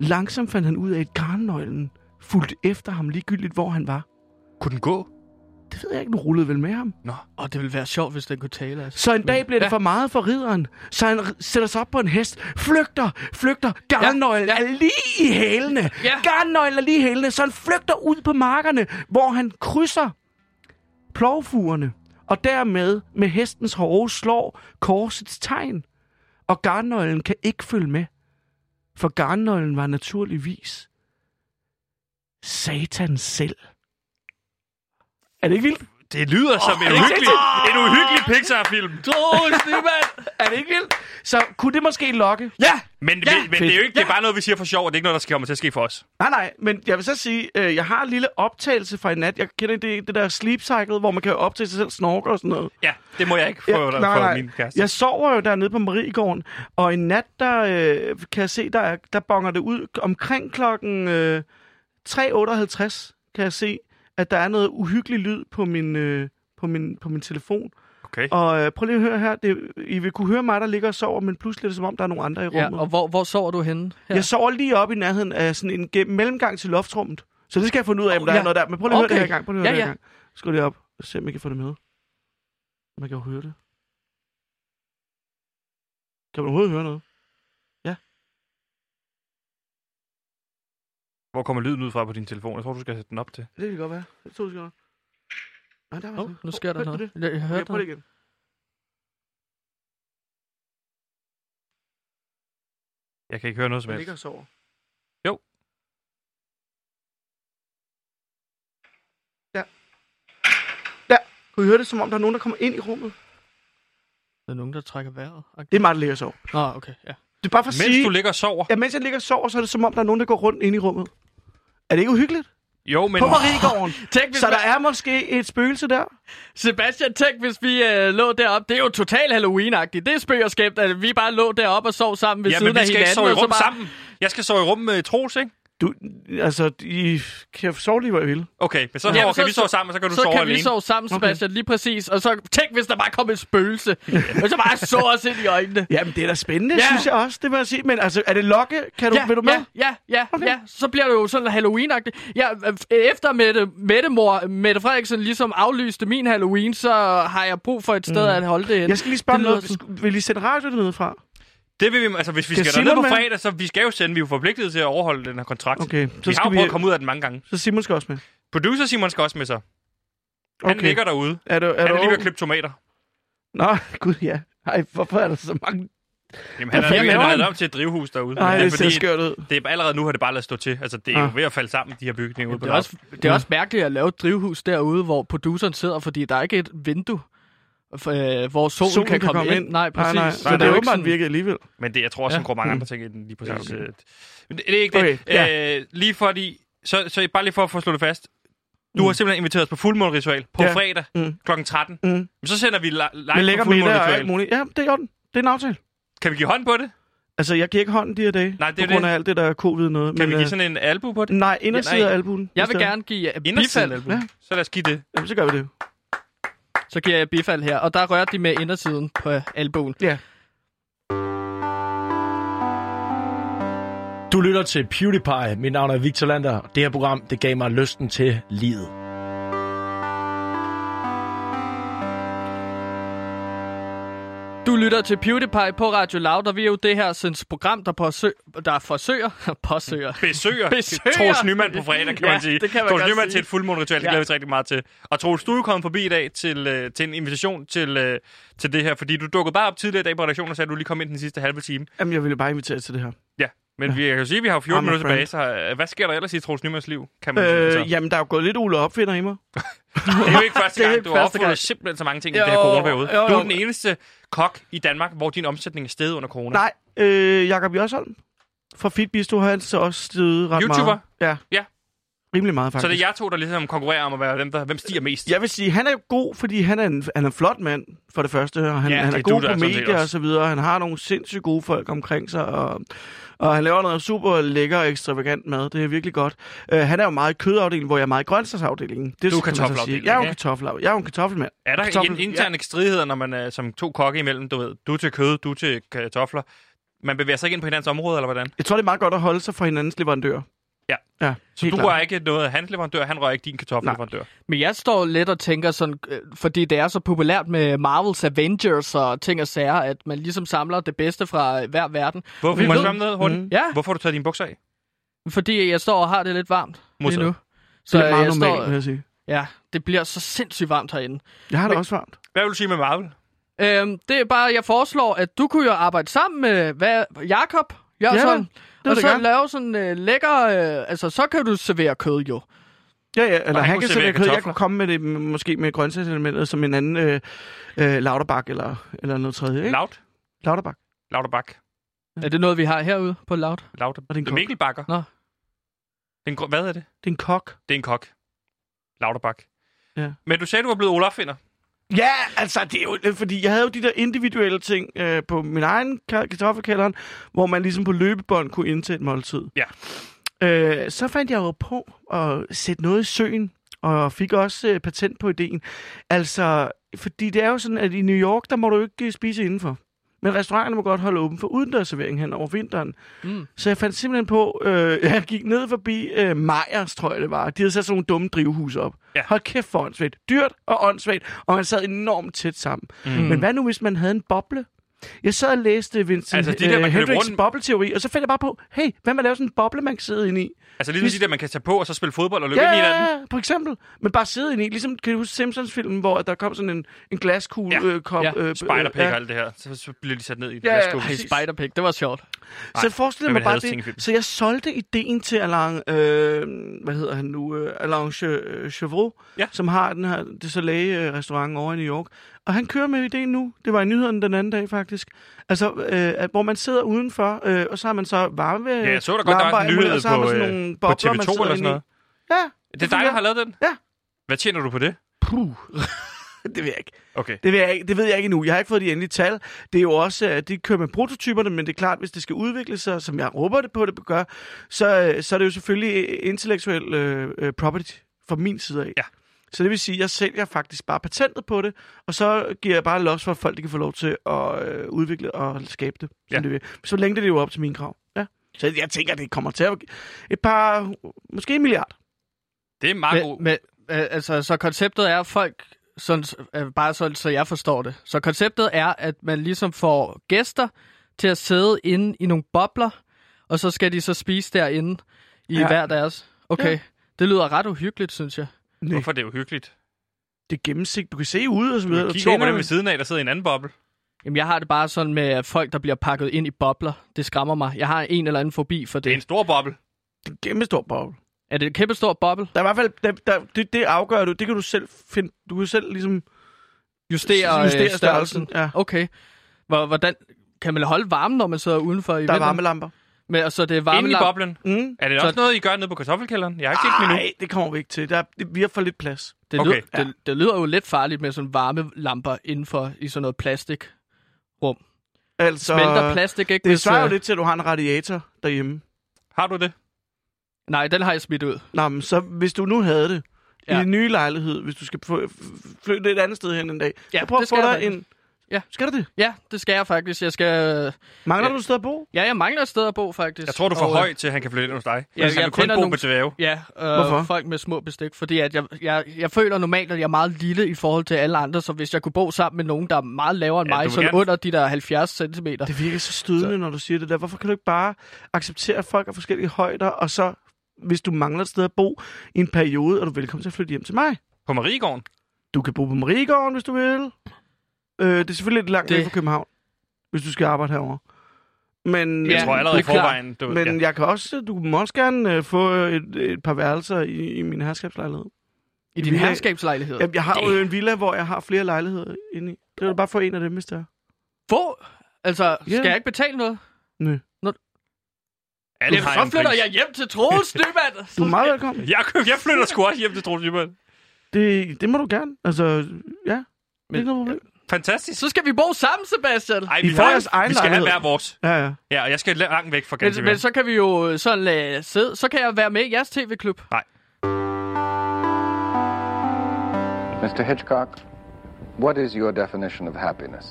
Langsomt fandt han ud af, at garnnøglen fulgte efter ham, ligegyldigt hvor han var.
Kunne den gå?
Det ved jeg ikke, den rullede vel med ham.
Åh, det ville være sjovt, hvis den kunne tale, altså.
Så en dag bliver det
Ja.
for meget for ridderen, så han r- sætter sig op på en hest, flygter, flygter, garnnøglen ja. er lige i hælene,
Ja.
garnnøglen er lige i hælene, så han flygter ud på markerne, hvor han krydser plovfugerne, og dermed med hestens hårde slår korsets tegn, og garnnøglen kan ikke følge med, for garnnøglen var naturligvis Satan selv. Er det ikke vildt?
Det lyder oh, som en uhyggelig, en uhyggelig Pixar-film.
Troels Nyman!
Er det ikke vildt? Så kunne det måske lokke?
ja!
Men,
Ja,
ja, men, men det er jo ikke det er bare noget, vi siger for sjov, og det er ikke noget, der skal komme til at ske for os.
Nej, nej, men jeg vil så sige, øh, jeg har en lille optagelse fra i nat. Jeg kender det, det der sleep cycle, hvor man kan optage sig selv snorke og sådan noget.
Ja, det må jeg ikke få ja,
nej,
for
nej.
min kæreste.
Jeg sover jo dernede på Mariegården, og i nat, der øh, kan jeg se, der, er, der bonger det ud omkring klokken øh, 3.58, kan jeg se, at der er noget uhyggelig lyd på min, øh, på min, på min telefon.
Okay.
Og øh, prøv lige at høre her, det, I vil kunne høre mig, der ligger og sover, men pludselig er det som om, der er nogle andre i rummet.
Ja, og hvor, hvor sover du henne? Her?
Jeg sover lige op i nærheden af sådan en gennem- mellemgang til loftrummet. Så det skal jeg finde ud af, om der
Ja.
er noget der. Men prøv lige at
Okay.
høre det her i gang. Prøv lige at høre
Ja,
det her
ja.
i gang. Skru lige op. Se om jeg kan få det med. Man kan jo høre det. Kan man overhovedet høre noget?
Hvor kommer lyden ud fra på din telefon? Jeg tror, du skal sætte den op til.
Det kan godt være. Det tror jeg, det skal være. Nej, der var
Hov,
det.
nu sker
Hov,
der
hørte du
noget. Jeg, jeg
Det? Okay,
hørte
prøv det
noget.
igen.
Jeg kan ikke høre noget som
Jeg
helst.
ligger og sover.
Jo.
Der. Der. Kunne I høre det, som om der er nogen, der kommer ind i rummet?
Der er nogen, der trækker vejret. Okay.
Det er mig, der ligger og sover.
Nå, okay, ja.
Det er bare for at
Mens
sige...
du ligger og sover.
Ja, mens jeg ligger og sover, så er det som om, der er nogen, der går rundt ind i rummet. Er det ikke uhyggeligt?
Jo, men...
På Mariegården.
Tænk, hvis
så der er måske et spøgelse der.
Sebastian, tænk, hvis vi øh, lå deroppe. Det er jo totalt Halloween-agtigt. Det er spøg og skæmt, at vi bare lå deroppe og sov sammen ved
Ja,
siden
men vi
af
skal ikke
hinanden.
sove i
og så
rum
bare...
sammen. Jeg skal sove i rum med Troels, ikke?
Du, altså, I kan sove lige, hvor I vil.
Okay, men så,
Ja,
ja,
men
okay,
så-
vi sover sammen, og så kan du
Så
sove
kan
alene.
vi sove sammen, Sebastian, okay. lige præcis. Og så tænk, hvis der bare kom et spøgelse. og så bare så os ind i øjnene.
Jamen, det er da spændende,
Ja.
ja. synes jeg også, det må jeg sige. Men altså, er det lokke? Kan du, ja, vil du med?
ja, ja, ja, okay. ja. Så bliver det jo sådan Halloween-agtigt. Ja, øh, efter Mette, Mette, mor, Mette Frederiksen ligesom aflyste min Halloween, så har jeg brug for et sted mm. at holde det henne.
Jeg skal lige spørge om
Det lyder
noget. Sku- Vil I sætte radio dernede fra?
Det vil vi, altså hvis vi
Skal
skal derned på
Zimmermann-
fredag, så vi skal jo sende, vi er jo forpligtet til at overholde den her kontrakt.
Okay,
Så vi
så
har jo
skal
prøvet
vi...
at komme ud af den mange gange.
Så Simon skal også med.
Producer Simon skal også med sig. Han
Okay.
ligger derude.
Er du, er
Han
du
er lige ved at klippe tomater.
Nå, gud ja. Ej, hvorfor er der så
Jamen,
mange?
han er
Hvad fanden
han er
laver han?
lavet om til et drivhus derude.
Nej,
det er
det ser
fordi,
skørt ud.
det er allerede nu har det bare lavet stå til. Altså, det er jo
Ah.
ved at falde sammen, de her bygninger ude på
Det er, også, det er også mærkeligt at lave et drivhus derude, hvor produceren sidder, fordi der er ikke et vindue, for, øh, hvor solen, solen kan, kan komme ind. Nej, præcis.
Nej, nej.
Så
Så
der
det
er
er
jo
ikke
åbenbart
sådan-
virket alligevel.
Men det, jeg tror også,
Ja.
han går mange andre ting ind lige præcis. Okay. Men det, det er ikke det.
Mm. Okay,
Øh, lige fordi, så, så bare lige for at få slået det fast. Du mm. har simpelthen inviteret os på fuldmålritual på
Ja.
fredag
Mm.
kl. 13.
Mm.
Men så sender vi li-
Men
live
lækker
på
middag og alt
fuldmålritual.
muligt. Ja, det er den. Det er en aftale.
Kan vi give hånd på det?
Altså, jeg giver ikke hånden de her dage,
Nej, det er
på grund
det.
af alt det, der er covid noget.
Kan vi
øh,
give sådan en albu på det?
Nej, indersiden
Ja,
ja,
nej.
af albuen.
Jeg vil gerne give øh,
Indersiden
bifald.
albu.
Ja.
Så lad os give det.
Jamen, så gør vi det.
Så giver jeg bifald her, og der rører de med indersiden på øh, albuen.
Du lytter til PewDiePie. Mit navn er Victor Lander. og Det her program, det gav mig lysten til livet.
Du lytter til PewDiePie på Radio Loud, og vi er jo det her sinds program, der, forsøg, der forsøger... Påsøger.
Besøger,
Besøger.
Besøger. Troels Nyman på fredag, kan
Ja,
man sige.
det kan man
Troels
godt
Nyman
sige.
til et fuldmåneritual, det
Ja.
glæder vi os rigtig meget til. Og Troels, du er kommet forbi i dag til, øh, til en invitation til, øh, til det her, fordi du dukkede bare op tidligere i dag på redaktionen og sagde, at du lige kom ind den sidste halve time.
Jamen, jeg ville bare invitere til det her.
Ja, men vi jeg kan jo sige, at vi har jo 14
I'm a
minutter tilbage,
friend.
så øh, hvad sker der ellers i Troels Nymans liv, kan man øh, sige?
Øh,
Ja.
jamen, der er jo gået lidt Ole opfinder i mig.
Det er jo ikke første
det er
gang,
ikke
du har
første gang.
opfundet simpelthen så mange ting i
Jo,
det her coronaperiode.
jo, jo.
Du er den eneste kok i Danmark, hvor din omsætning er steget under corona.
Nej, øh, Jakob Jørsholm fra Fit Bistro har altså også steget ret
YouTuber?
meget. Ja.
Ja.
Rimelig meget, faktisk.
så det er jer to, der ligesom konkurrerer om at være dem, der, hvem stiger mest.
Jeg vil sige, han er jo god, fordi han er en, han er en flot mand, for det første. Og han,
Ja,
ja, han
det
er
er du,
god
der
på
er sådan set
medier
også.
og så videre. Han har nogle sindssygt gode folk omkring sig, og, og han laver noget super lækker og ekstravagant mad. Det er virkelig godt. Uh, han er jo meget i kødafdelingen, hvor jeg er meget i grøntsagsafdelingen. Det kan man så sige.
kartoffelafdelingen,
Jeg er jo
ikke?
en kartoffel, jeg er jo en kartoffelmand.
Er der
Kartoffel-
en interne ja. stridigheder, når man er som to kokke imellem, du ved, du er til kød, du er til kartofler. Man bevæger sig ikke ind på hinandens område, eller hvordan?
Jeg tror, det er meget godt at holde sig fra hinandens leverandør.
Ja.
ja
Så
helt
du
klart.
rører ikke noget af hans leverandør, han rører ikke din kartoffelleverandør.
Men jeg står lidt og tænker sådan, øh, fordi det er så populært med Marvels Avengers og ting og sager, at man ligesom samler det bedste fra øh, hver verden.
Hvorfor,
Vi
må jeg
ved-
spørge om noget hurtigt?
Mhm.
Ja,
Hvorfor har du taget dine bukser af?
fordi jeg står og har det lidt varmt lige
Modtaget.
nu. øh,
Så det er meget
jeg
normalt, vil jeg sige.
Ja, det bliver så sindssygt varmt herinde.
Jeg har det
Men-
også varmt.
Hvad vil du sige med Marvel?
Øhm, det er bare, jeg foreslår, at du kunne jo arbejde sammen med hvad, Jakob Jørgensen.
vil
og
jeg
så
gerne.
lave sådan øh, lækker... Øh, altså, så kan du servere kød jo.
Ja, ja, eller
han
han
kunne
kan
servere
servere kød. Jeg
kartofler.
kan komme med det, m- måske med grøntsagselementet, som en anden øh, øh, lauterbak eller, eller noget tredje. Ikke?
Laut?
Lauterbak.
Lauter Bak?
Er det noget, vi har herude på Loud?
Lauter.
Og det er en
Det er
kok.
Mikkel Bakker.
Nå.
Den, gr- hvad er det?
Det er en kok.
Det er en kok. Lauter Bak.
Ja.
Men du sagde, du var blevet Olaf Finder.
Ja, altså, det er jo, øh, fordi jeg havde jo de der individuelle ting øh, på min egen ka- kartoffelkælderen, hvor man ligesom på løbebånd kunne indtage et måltid.
Ja.
Øh, så fandt jeg jo på at sætte noget i søen, og fik også øh, patent på ideen. Altså, fordi det er jo sådan, at i New York, der må du jo ikke øh, spise indenfor. Men restauranterne må godt holde åben for udendørsservering hen over vinteren.
Mm.
Så jeg fandt simpelthen på, øh, jeg gik ned forbi øh, Meyers, tror jeg det var. De havde sat sådan nogle dumme drivhus op.
Ja.
Hold kæft for åndssvagt. Dyrt og åndssvagt, og man sad enormt tæt sammen. Mm. Men hvad nu, hvis man havde en boble? Jeg sad og læste Vincent øh,
Altså, de der, man kan løbe
Hendricks
rundt-
bobleteori, og så fandt jeg bare på, hey, hvad med at lave sådan en boble, man kan sidde inde i?
Altså ligesom
Hvis-
de der, man kan tage på og så spille fodbold og løbe ind i hinanden.
for eksempel. Men bare sidde inde i. Ligesom, kan du huske Simpsons-filmen, hvor der kom sådan en, en glaskugle
Ja.
øh, kop,
Ja.
øh, øh,
Spiderpig og
ja.
alt det her. Så, så bliver de sat ned i et
Ja, ja,
glasskub.
Hey,
præcis.
Spiderpig, det var sjovt.
Så jeg
hvem
forestillede mig
ville
bare
helst tænke i
det.
filmen?
Så jeg solgte ideen til Alain, øh, hvad hedder han nu, øh, Alain Che- øh, Chevrolet,
Ja.
som har den her det så restaurant over i New York. Og han kører med ideen nu. Det var i nyheden den anden dag, faktisk. Altså, øh, at, hvor man sidder udenfor, øh, og så har man så varme...
Ja, jeg så da godt, der var
varmevarme
en
mulighed,
nyhed
og så har man
på,
sådan
øh,
nogle
På
bobler,
TV2
man
eller
sidder
sådan
inde i.
noget.
Ja,
Det er dig, der har lavet den?
Ja.
Hvad tjener du på det?
Puh. det ved jeg ikke.
Okay.
Det ved, jeg ikke, det ved jeg ikke endnu. Jeg har ikke fået de endelige tal. Det er jo også, at de kører med prototyperne, men det er klart, hvis det skal udvikle sig, som jeg råber det på, det gør, så, øh, så er det jo selvfølgelig intellektuel øh, øh, property fra min side af.
Ja.
Så det vil sige, at jeg sælger faktisk bare patentet på det, og så giver jeg bare los for, at folk de kan få lov til at øh, udvikle og skabe det, som
Ja.
ja. det vil. Så længe det lever op til mine krav. Ja. Så jeg tænker, det kommer til at... Et par... Måske en milliard.
Det er meget
Men,
god.
men, øh, altså, så konceptet er, at folk... Sådan, øh, bare sådan, så jeg forstår det. Så konceptet er, at man ligesom får gæster til at sidde inde i nogle bobler, og så skal de så spise derinde i ja.
Ja.
hver deres. Okay,
Ja.
det lyder ret uhyggeligt, synes jeg.
Nej,
Hvorfor er det jo hyggeligt?
det er gennemsigt. Du kan se ud og så videre.
Du
og
kigger over på
tænderne-
dem ved siden af, der sidder i en anden boble.
Jamen, jeg har det bare sådan med at folk, der bliver pakket ind i bobler. Det skræmmer mig. Jeg har en eller anden forbi for
Det er en
det.
stor boble.
Det er en kæmpestor boble.
Er det en kæmpe stor boble?
Der er i hvert fald, der, der, det, det afgør du, det kan du selv finde, du kan selv ligesom...
Justere,
Justere
Justere øh, størrelsen?
størrelsen, ja.
Okay. Hvor- Hvordan kan man holde varmen, når man sidder udenfor i
Der er
vinteren?
varmelamper.
Men, og så det er varme
Inde i boblen.
Mm.
Er det
Så-
også noget, I gør nede på kartoffelkælderen? Jeg har ikke set dem endnu.
Nej, det kommer vi ikke til. Der, det, vi har for lidt plads.
Det,
Okay.
okay, lyder, ja. det, det lyder jo lidt farligt med sådan varme lamper indenfor i sådan noget plastik.
Altså,
Smelter plastik ikke?
det svarer jo
øh,
lidt til, at du har en radiator derhjemme.
Har du det?
Nej, den har jeg smidt ud.
Nå, men så hvis du nu havde det,
Ja.
ja. i en ny lejlighed, hvis du skal få- f- flytte et andet sted hen en dag,
Ja,
så prøv
det
at få
skal
dig
jeg da.
en
Ja.
Skal du det?
Ja, det skal jeg faktisk. Jeg skal... øh,
Mangler
Ja.
du et sted at bo?
Ja, jeg mangler et sted at bo, faktisk.
Jeg tror, du er for
Og, øh,
høj til, at han kan flytte ind hos dig. Ja, han
jeg
vil kun bo
kender
nogle...
nogle-
med dværge.
Ja, øh,
Hvorfor?
folk med små bestik, fordi at jeg, jeg, jeg føler normalt, at jeg er meget lille i forhold til alle andre, så hvis jeg kunne bo sammen med nogen, der er meget lavere end
Ja, du
ja, mig,
vil
sådan
gerne-
under de der 70 cm.
Det virker så stødende, når du siger det der. Hvorfor kan du ikke bare acceptere, at folk er forskellige højder, og så, hvis du mangler et sted at bo i en periode, er du velkommen til at flytte hjem til mig?
På Mariegården.
Du kan bo på Mariegården, hvis du vil. Øh, det er selvfølgelig lidt langt
Det-
væk fra København, hvis du skal arbejde herover. Men, øh,
Jeg
Ja,
tror allerede i
det er klart.
forvejen. Du, ved,
men
ja.
jeg kan også, du må også gerne øh, få et, et par værelser i, i min herskabslejlighed.
I din
Vi er-
herskabslejlighed.
Jamen, jeg har jo en villa, hvor jeg har flere lejligheder inde i. Det vil du bare få en af dem, hvis det er.
Hvor? Altså, skal
Ja.
jeg ikke betale noget?
Alle har
så
en
flytter
pris.
jeg hjem til Troels, Nyman!
Du er meget velkommen.
Jeg, jeg flytter sgu også hjem til Troels Nyman.
Det, det må du gerne. Altså, ja. Men, det er ikke noget problem.
Fantastisk.
Så skal vi bo sammen, Sebastian!
Ej,
I
vi,
får
har,
jeres egen
vi skal have hver
lejlighed.
vores.
Ja, ja.
Ja, og jeg skal langt væk fra
Men,
Gantemir.
men så kan vi jo øh, sådan lade sidde. Så kan jeg være med i jeres tv-klub.
Mr. Hitchcock, what is your definition of happiness?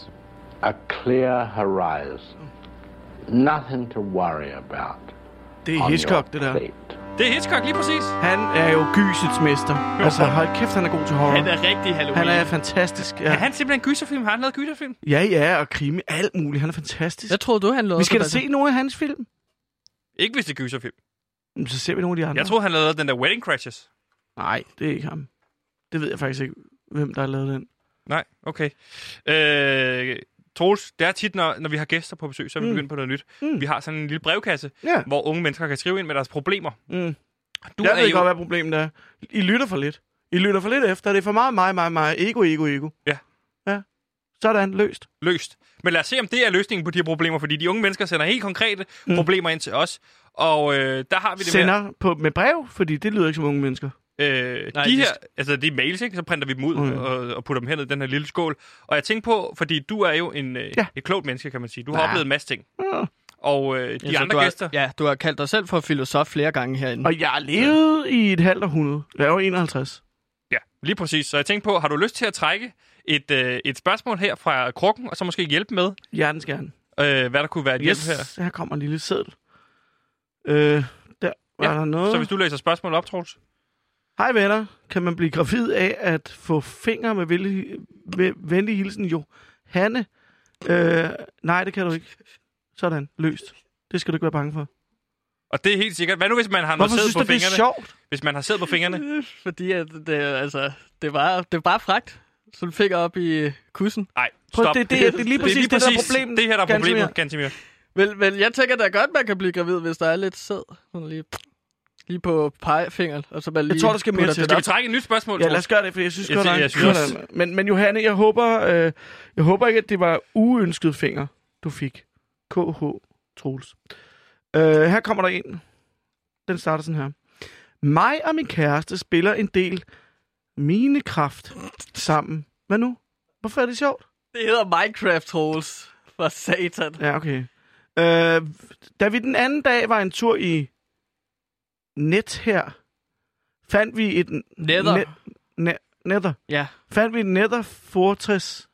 a clear horizon, nothing to worry about.
Det er
on
Hitchcock,
your
det der.
plate.
Det er Hitchcock lige præcis.
Han er jo gysets mester. Altså, hold kæft, han er god til horror.
Han er rigtig Halloween.
Han er fantastisk.
Ja. Er
Ja,
han simpelthen gyserfilm? Har han lavet gyserfilm?
ja, ja og krimi. Alt muligt. Han er fantastisk.
Jeg troede, du han lovede
Vi skal da
Sebastian.
se nogle af hans film.
Ikke hvis det er gyserfilm.
Jamen, Så ser vi nogle af de andre.
Jeg troede, han lavede den der Wedding Crashes.
Nej, det er ikke ham. Det ved jeg faktisk ikke, hvem der har lavet den.
Nej, okay. Øh, Troels, det er tit, når, når vi har gæster på besøg, så er vi
Mm.
mm. begyndt på noget nyt.
Mm.
Vi har sådan en lille brevkasse,
Ja.
hvor unge mennesker kan skrive ind med deres problemer. Du
Mm. jeg
er
ved
jo...
godt, hvad problemet er. I lytter for lidt. I lytter for lidt efter. Det er for meget mig, mig, mig. Ego, ego, ego.
Ja.
Ja. Sådan, løst.
løst. Men lad os se, om det er løsningen på de her problemer, fordi de unge mennesker sender helt konkrete
Mm.
mm. problemer ind til os. Og øh, der har vi det
Sender på, med brev, fordi det lyder ikke som unge mennesker.
med, øh,
Nej,
de
det-
her, altså det er mails, ikke? så printer vi dem ud
Mm.
mm. og, og putter dem herned i den her lille skål. Og jeg tænker på, fordi du er jo en, øh,
Ja.
ja. et klogt menneske, kan man sige. Du har
Ja.
oplevet en masse ting.
Ja.
Og øh, de
Ja, så
andre
du har,
gæster,
Ja, du har kaldt dig selv for filosof flere gange herinde.
Og jeg har levet i et halvt århundrede. Jeg er jo 51.
ja, lige præcis. Så jeg tænker på, har du lyst til at trække et, øh, et spørgsmål her fra krukken, og så måske hjælpe med,
Hjertens gerne.
øh, hvad der kunne være et hjælp her?
Yes, her kommer en lille seddel. Øh, der var der noget.
Så hvis du læser spørgsmålet op, Troels.
Hej venner, kan man blive gravid af at få fingre med, vilje, med venlig hilsen Johanne? Øh, nej, det kan du ikke. Sådan, løst. Det skal du ikke være bange for.
Og det er helt sikkert. Hvad nu, hvis man har noget
Hvorfor
sæd
synes
på
du, det er
fingrene?
sjovt? Øh,
Hvis man har sæd på fingrene?
Fordi at det, altså, det, var, det var fragt, så du fik op i øh, kussen.
Nej,
Prøv,
stop.
det, det, det, det, er lige præcis det, der er problemet.
Det her, der er
Gantemir.
problemet, Gantemir.
Men, men jeg tænker da godt, man kan blive gravid, hvis der er lidt sæd. Sådan lige, lige på pegefingeren. Og så bare lige
tror, der skal mere
putter
til.
det
Skal vi
op.
trække et nyt spørgsmål,
Ja,
Troels?
lad os gøre det, for jeg synes
Jeg
godt,
siger-
der er
jeg synes
en- men, men Johanne, jeg håber, øh, jeg håber ikke, at det var uønskede fingre, du fik. KH Troels. Øh, her kommer der en. Den starter sådan her. Mig og min kæreste spiller en del mine kraft sammen. Hvad nu? Hvorfor er det sjovt?
Det hedder Minecraft Trolls. For satan.
Ja, okay. Øh, da vi den anden dag var en tur i net her, fandt vi et...
Nether.
Net, ne, nether.
Ja,
fandt vi Nether Fortress.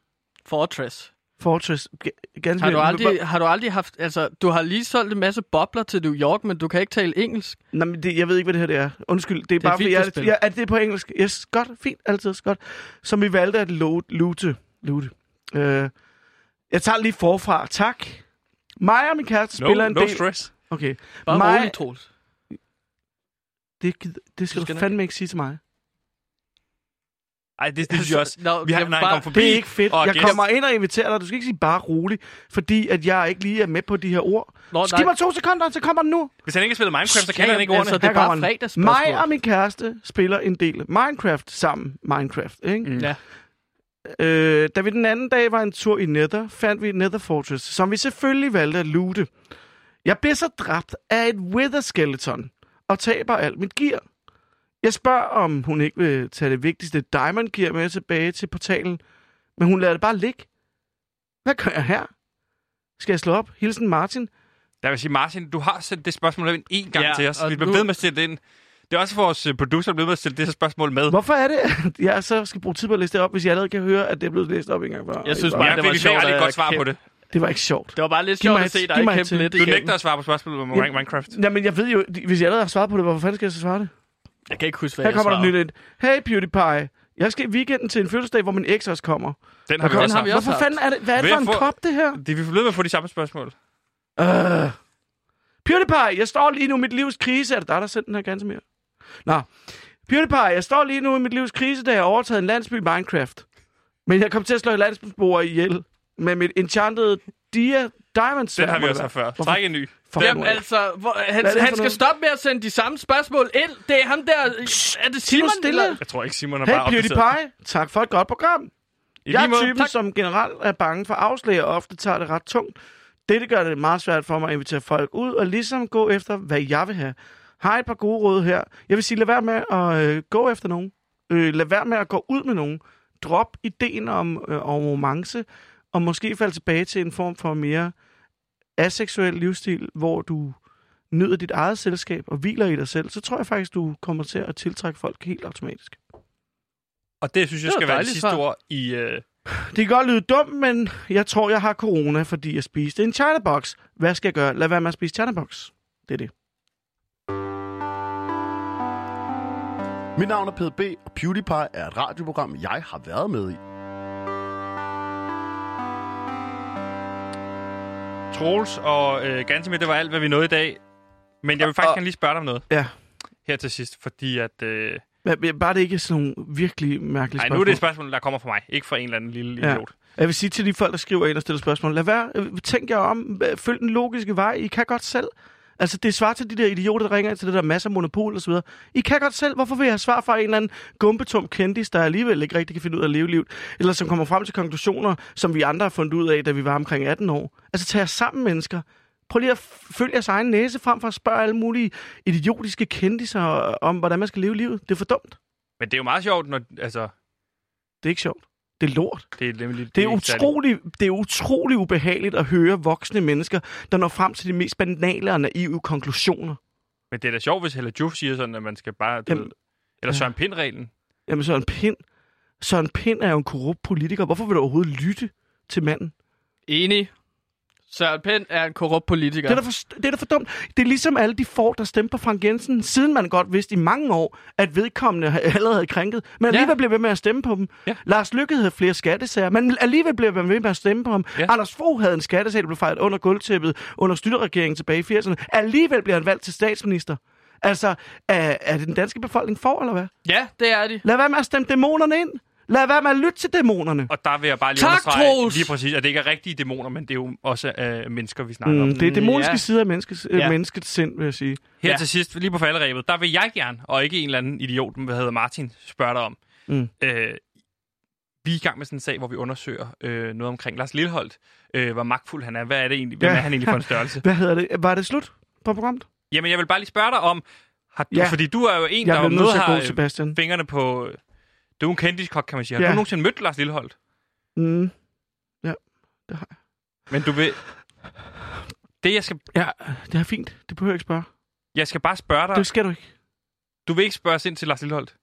Fortress.
Fortress. G- ganske
Har du,
vildt.
aldrig, har du aldrig haft... Altså, du har lige solgt en masse bobler til New York, men du kan ikke tale engelsk.
Nå, men det, jeg ved ikke, hvad det her det er. Undskyld, det
er
er, bare,
et
fordi jeg,
videospil.
jeg, er det på engelsk? Yes, godt, fint, altid godt. Som vi valgte at lo- loote. loote. Øh, jeg tager lige forfra, tak. Mig og min kæreste
No,
spiller en
no
del...
stress.
Okay.
Bare
mig,
rolig, Troels.
det, gider, det skal
Du
du,
skal nok-
fandme ikke sige til mig.
Ej, det, det synes jeg også.
Nå,
Vi har
jamen,
nej,
bare-
kom forbi.
Det er ikke fedt.
og
jeg
gæst.
kommer ind og inviterer dig. Du skal ikke sige bare rolig, fordi at jeg ikke lige er med på de her ord.
Nå,
Giv mig to sekunder, så kommer den nu.
Hvis han ikke har spillet Minecraft, så kender han ikke ordene.
Altså, det er
Her kommer
bare
den.
fredagsspørgsmål.
Mig og min kæreste spiller en del Minecraft sammen. Minecraft, ikke?
Mm.
Ja.
Øh, da vi den anden dag var en tur i Nether, fandt vi Nether Fortress, som vi selvfølgelig valgte at loote. Jeg bliver så dræbt af et Wither Skeleton og taber alt mit gear. Jeg spørger, om hun ikke vil tage det vigtigste Diamond Gear med tilbage til portalen, men hun lader det bare ligge. Hvad gør jeg her? Skal jeg slå op? Hilsen Martin.
Der vil sige, Martin, du har sendt det spørgsmål ind én gang
Ja,
til os.
og
Vi bliver
nu-
ved med at stille det ind. Det er også vores øh, producer blevet med at stille det her spørgsmål med.
Hvorfor er det, at jeg så skal bruge tid på at læse det op, hvis jeg allerede kan høre, at det er blevet læst op en gang før?
Jeg synes
Det
bare,
var-
Jeg
det
det
var
fik
sjovt,
sjovt,
at
et
jeg
godt svar
kæm-
på det.
Det var ikke sjovt.
Det var bare lidt
Giv
sjovt
mig
at
et-
se
giv
dig
mig et
kæmpe
tip.
lidt
Du
igennem.
nægter at svare på spørgsmålet om
Jamen-
Minecraft.
Nej, men jeg ved jo, hvis jeg allerede har svaret på det, hvorfor fanden skal jeg så svare det?
Jeg kan ikke huske, hvad
Her
jeg
kommer der
svarede.
nyt ind. Hey PewDiePie, jeg skal i weekenden til en fødselsdag, hvor min eks også kommer.
Den har vi
Den
også
har vi
haft.
også
Hvorfor
haft.
fanden er det? Hvad er det
Ved
for
at
en
få-
kop, det her?
Det, vi bliver ved med at få de samme spørgsmål.
Øh. PewDiePie, jeg står lige nu i mit livs krise. Er det dig, der sendte den her ganske mere? Nå. PewDiePie, jeg står lige nu i mit livs krise, da jeg har overtaget en landsby i Minecraft. Men jeg kom til at slå en landsbyboer ihjel med mit enchanted Dia Diamond
Den har vi også haft før. Træk en ny.
Jamen altså, hvor, han,
Hvad er det
han
for
skal
noget?
stoppe med at sende de samme spørgsmål ind. Det er ham der... Er det Simon?
stille.
eller-
Jeg tror ikke, Simon har
Hey
bare opdateret.
PewDiePie, tak for et godt program.
I
Jeg
lige
er
måde.
typen,
Tak.
som generelt er bange for afslag og ofte tager det ret tungt. Dette gør det meget svært for mig at invitere folk ud og ligesom gå efter, hvad jeg vil have. Har et par gode råd her. Jeg vil sige, lad være med at øh, gå efter nogen. Øh, lad være med at gå ud med nogen. Drop ideen om, øh, om romance, og måske falde tilbage til en form for mere aseksuel livsstil, hvor du nyder dit eget selskab og hviler i dig selv, så tror jeg faktisk, du kommer til at tiltrække folk helt automatisk.
Og det synes jeg
Det var
skal være det
dejligt
sidste
svar.
ord i... Øh,
Det kan godt lyde dumt, men jeg tror, jeg har corona, fordi jeg spiste en chinabox. Hvad skal jeg gøre? Lad være med at spise chinabox. Det er det.
Mit navn er PDB, og PewDiePie er et radioprogram, jeg har været med i.
Troels og øh, Gantemir, det var alt, hvad vi nåede i dag. Men jeg vil faktisk
Og-
gerne lige spørge dig om noget
Ja.
her til sidst, fordi at... Øh,
Men- men Bare det ikke er sådan nogle virkelig mærkelige
nej,
spørgsmål.
nu er det et spørgsmål, der kommer fra mig. Ikke fra en eller anden lille
Ja.
idiot.
Jeg vil sige til de folk, der skriver ind og stiller spørgsmål, lad være, øh, tænk jer om, Øh, følg den logiske vej, I kan godt selv. Altså, det svarer til de der idioter, der ringer ind til det der masser af monopol og så videre. I kan godt selv. Hvorfor vil jeg have svar fra en eller anden gumpetum kendis, der alligevel ikke rigtig kan finde ud af at leve livet? Eller som kommer frem til konklusioner, som vi andre har fundet ud af, da vi var omkring 18 år. Altså, tag jer sammen, mennesker. Prøv lige at f- følge jeres egen næse frem for at spørge alle mulige idiotiske kendiser øh, om, hvordan man skal leve livet. Det er for dumt.
Men det er jo meget sjovt, når... Altså,
Det er ikke sjovt. Det er lort.
det er nemlig...
Det er,
ikke særlig-
utrolig, det er utrolig ubehageligt at høre voksne mennesker, der når frem til de mest banale og naive konklusioner.
Men det er da sjovt, hvis Hella Juf siger sådan, at man skal bare... Du,
Jamen,
ved- eller Søren Pind-reglen.
Jamen Søren Pind, Søren Pind er jo en korrupt politiker. Hvorfor vil du overhovedet lytte til manden?
Enig. Søren Pind er en korrupt politiker.
Ja. Det, er da for, det er da for dumt. Det er ligesom alle de får, der stemte på Frank Jensen, siden man godt vidste i mange år, at vedkommende ha- allerede havde krænket. Men alligevel ja. blev ved med at stemme på dem. Ja. Lars Lykke havde flere skattesager, men alligevel blev man ved med at stemme på ham. Ja.
Ja.
Anders Fogh havde en skattesag, der blev fejret under gulvtæppet under styrtregeringen tilbage i 80'erne. Alligevel blev han valgt til statsminister. Altså, er, er det den danske befolkning for, eller hvad?
Ja, det er de.
Lad være med at stemme dæmonerne ind. Lad være med at lytte til dæmonerne.
Og der vil jeg bare lige
Tak,
understrege
Troels!
lige præcis, at det ikke er rigtige dæmoner, men det er jo også øh, mennesker, vi snakker mm. om.
Mm, det er dæmoniske
ja.
ja. sider af menneskets,
Ja.
ja. menneskets sind, vil jeg sige.
Her
Ja.
ja. til sidst, lige på falderæbet, der vil jeg gerne, og ikke en eller anden idiot, hvad hedder Martin, spørge dig om.
Mm.
Øh, vi er i gang med sådan en sag, hvor vi undersøger øh, noget omkring Lars Lilleholdt. Øh, hvor magtfuld han er. Hvad er det egentlig? Hvem
Ja.
er han egentlig for en størrelse?
Hvad hedder det? Var det slut på programmet?
Jamen, jeg vil bare lige spørge dig om, har du,
Ja.
ja. fordi du er jo en,
Jeg
der
blev
om
nødt
noget
til at
har
gå,
øh,
Sebastian.
fingrene på... øh, Du er en kendiskok, kan man sige. Har
Ja.
du nogensinde mødt Lars Lilleholdt?
Mm.
Men du vil... Det, jeg skal,
Ja, det er fint. Det behøver jeg ikke spørge.
jeg skal bare spørge dig...
Det skal du ikke.
Du vil ikke spørge os ind til Lars Lilleholdt?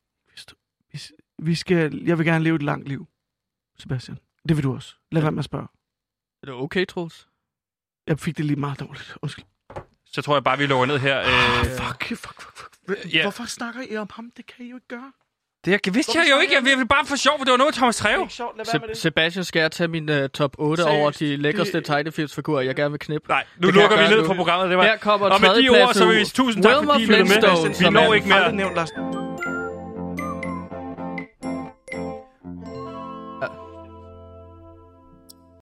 Vi skal, jeg vil gerne leve et langt liv, Sebastian. Det vil du også. Lad være med at spørge.
Er det okay, Troels?
Jeg fik det lige meget dårligt. Undskyld.
Så tror jeg bare, vi lukker ned her. Øh,
Fuck, fuck, fuck, fuck. Hva-
ja.
Hvorfor snakker I om ham? Det kan I jo ikke gøre.
det jeg, vidste jeg jo ikke. Jeg ville bare for sjov, for det var noget med Thomas
Det er
Treve.
ikke sjovt. Lad være med
Se-
det.
Sebastian, skal jeg tage min uh, top 8
Seriøst,
over de lækreste
det-
tegnefilmsfigurer, jeg gerne vil knippe?
Nej, nu
Det kan
lukker
jeg
vi
gøre nu.
ned på programmet. Det var...
Her kommer
Og med de ord,
tredjepladsen.
så vil vi sige tusind tak,
Wilmer
fordi I lyttede med.
Flintstone,
Vi
som
når
er-
ikke mere.
Aldrig nævnt Lars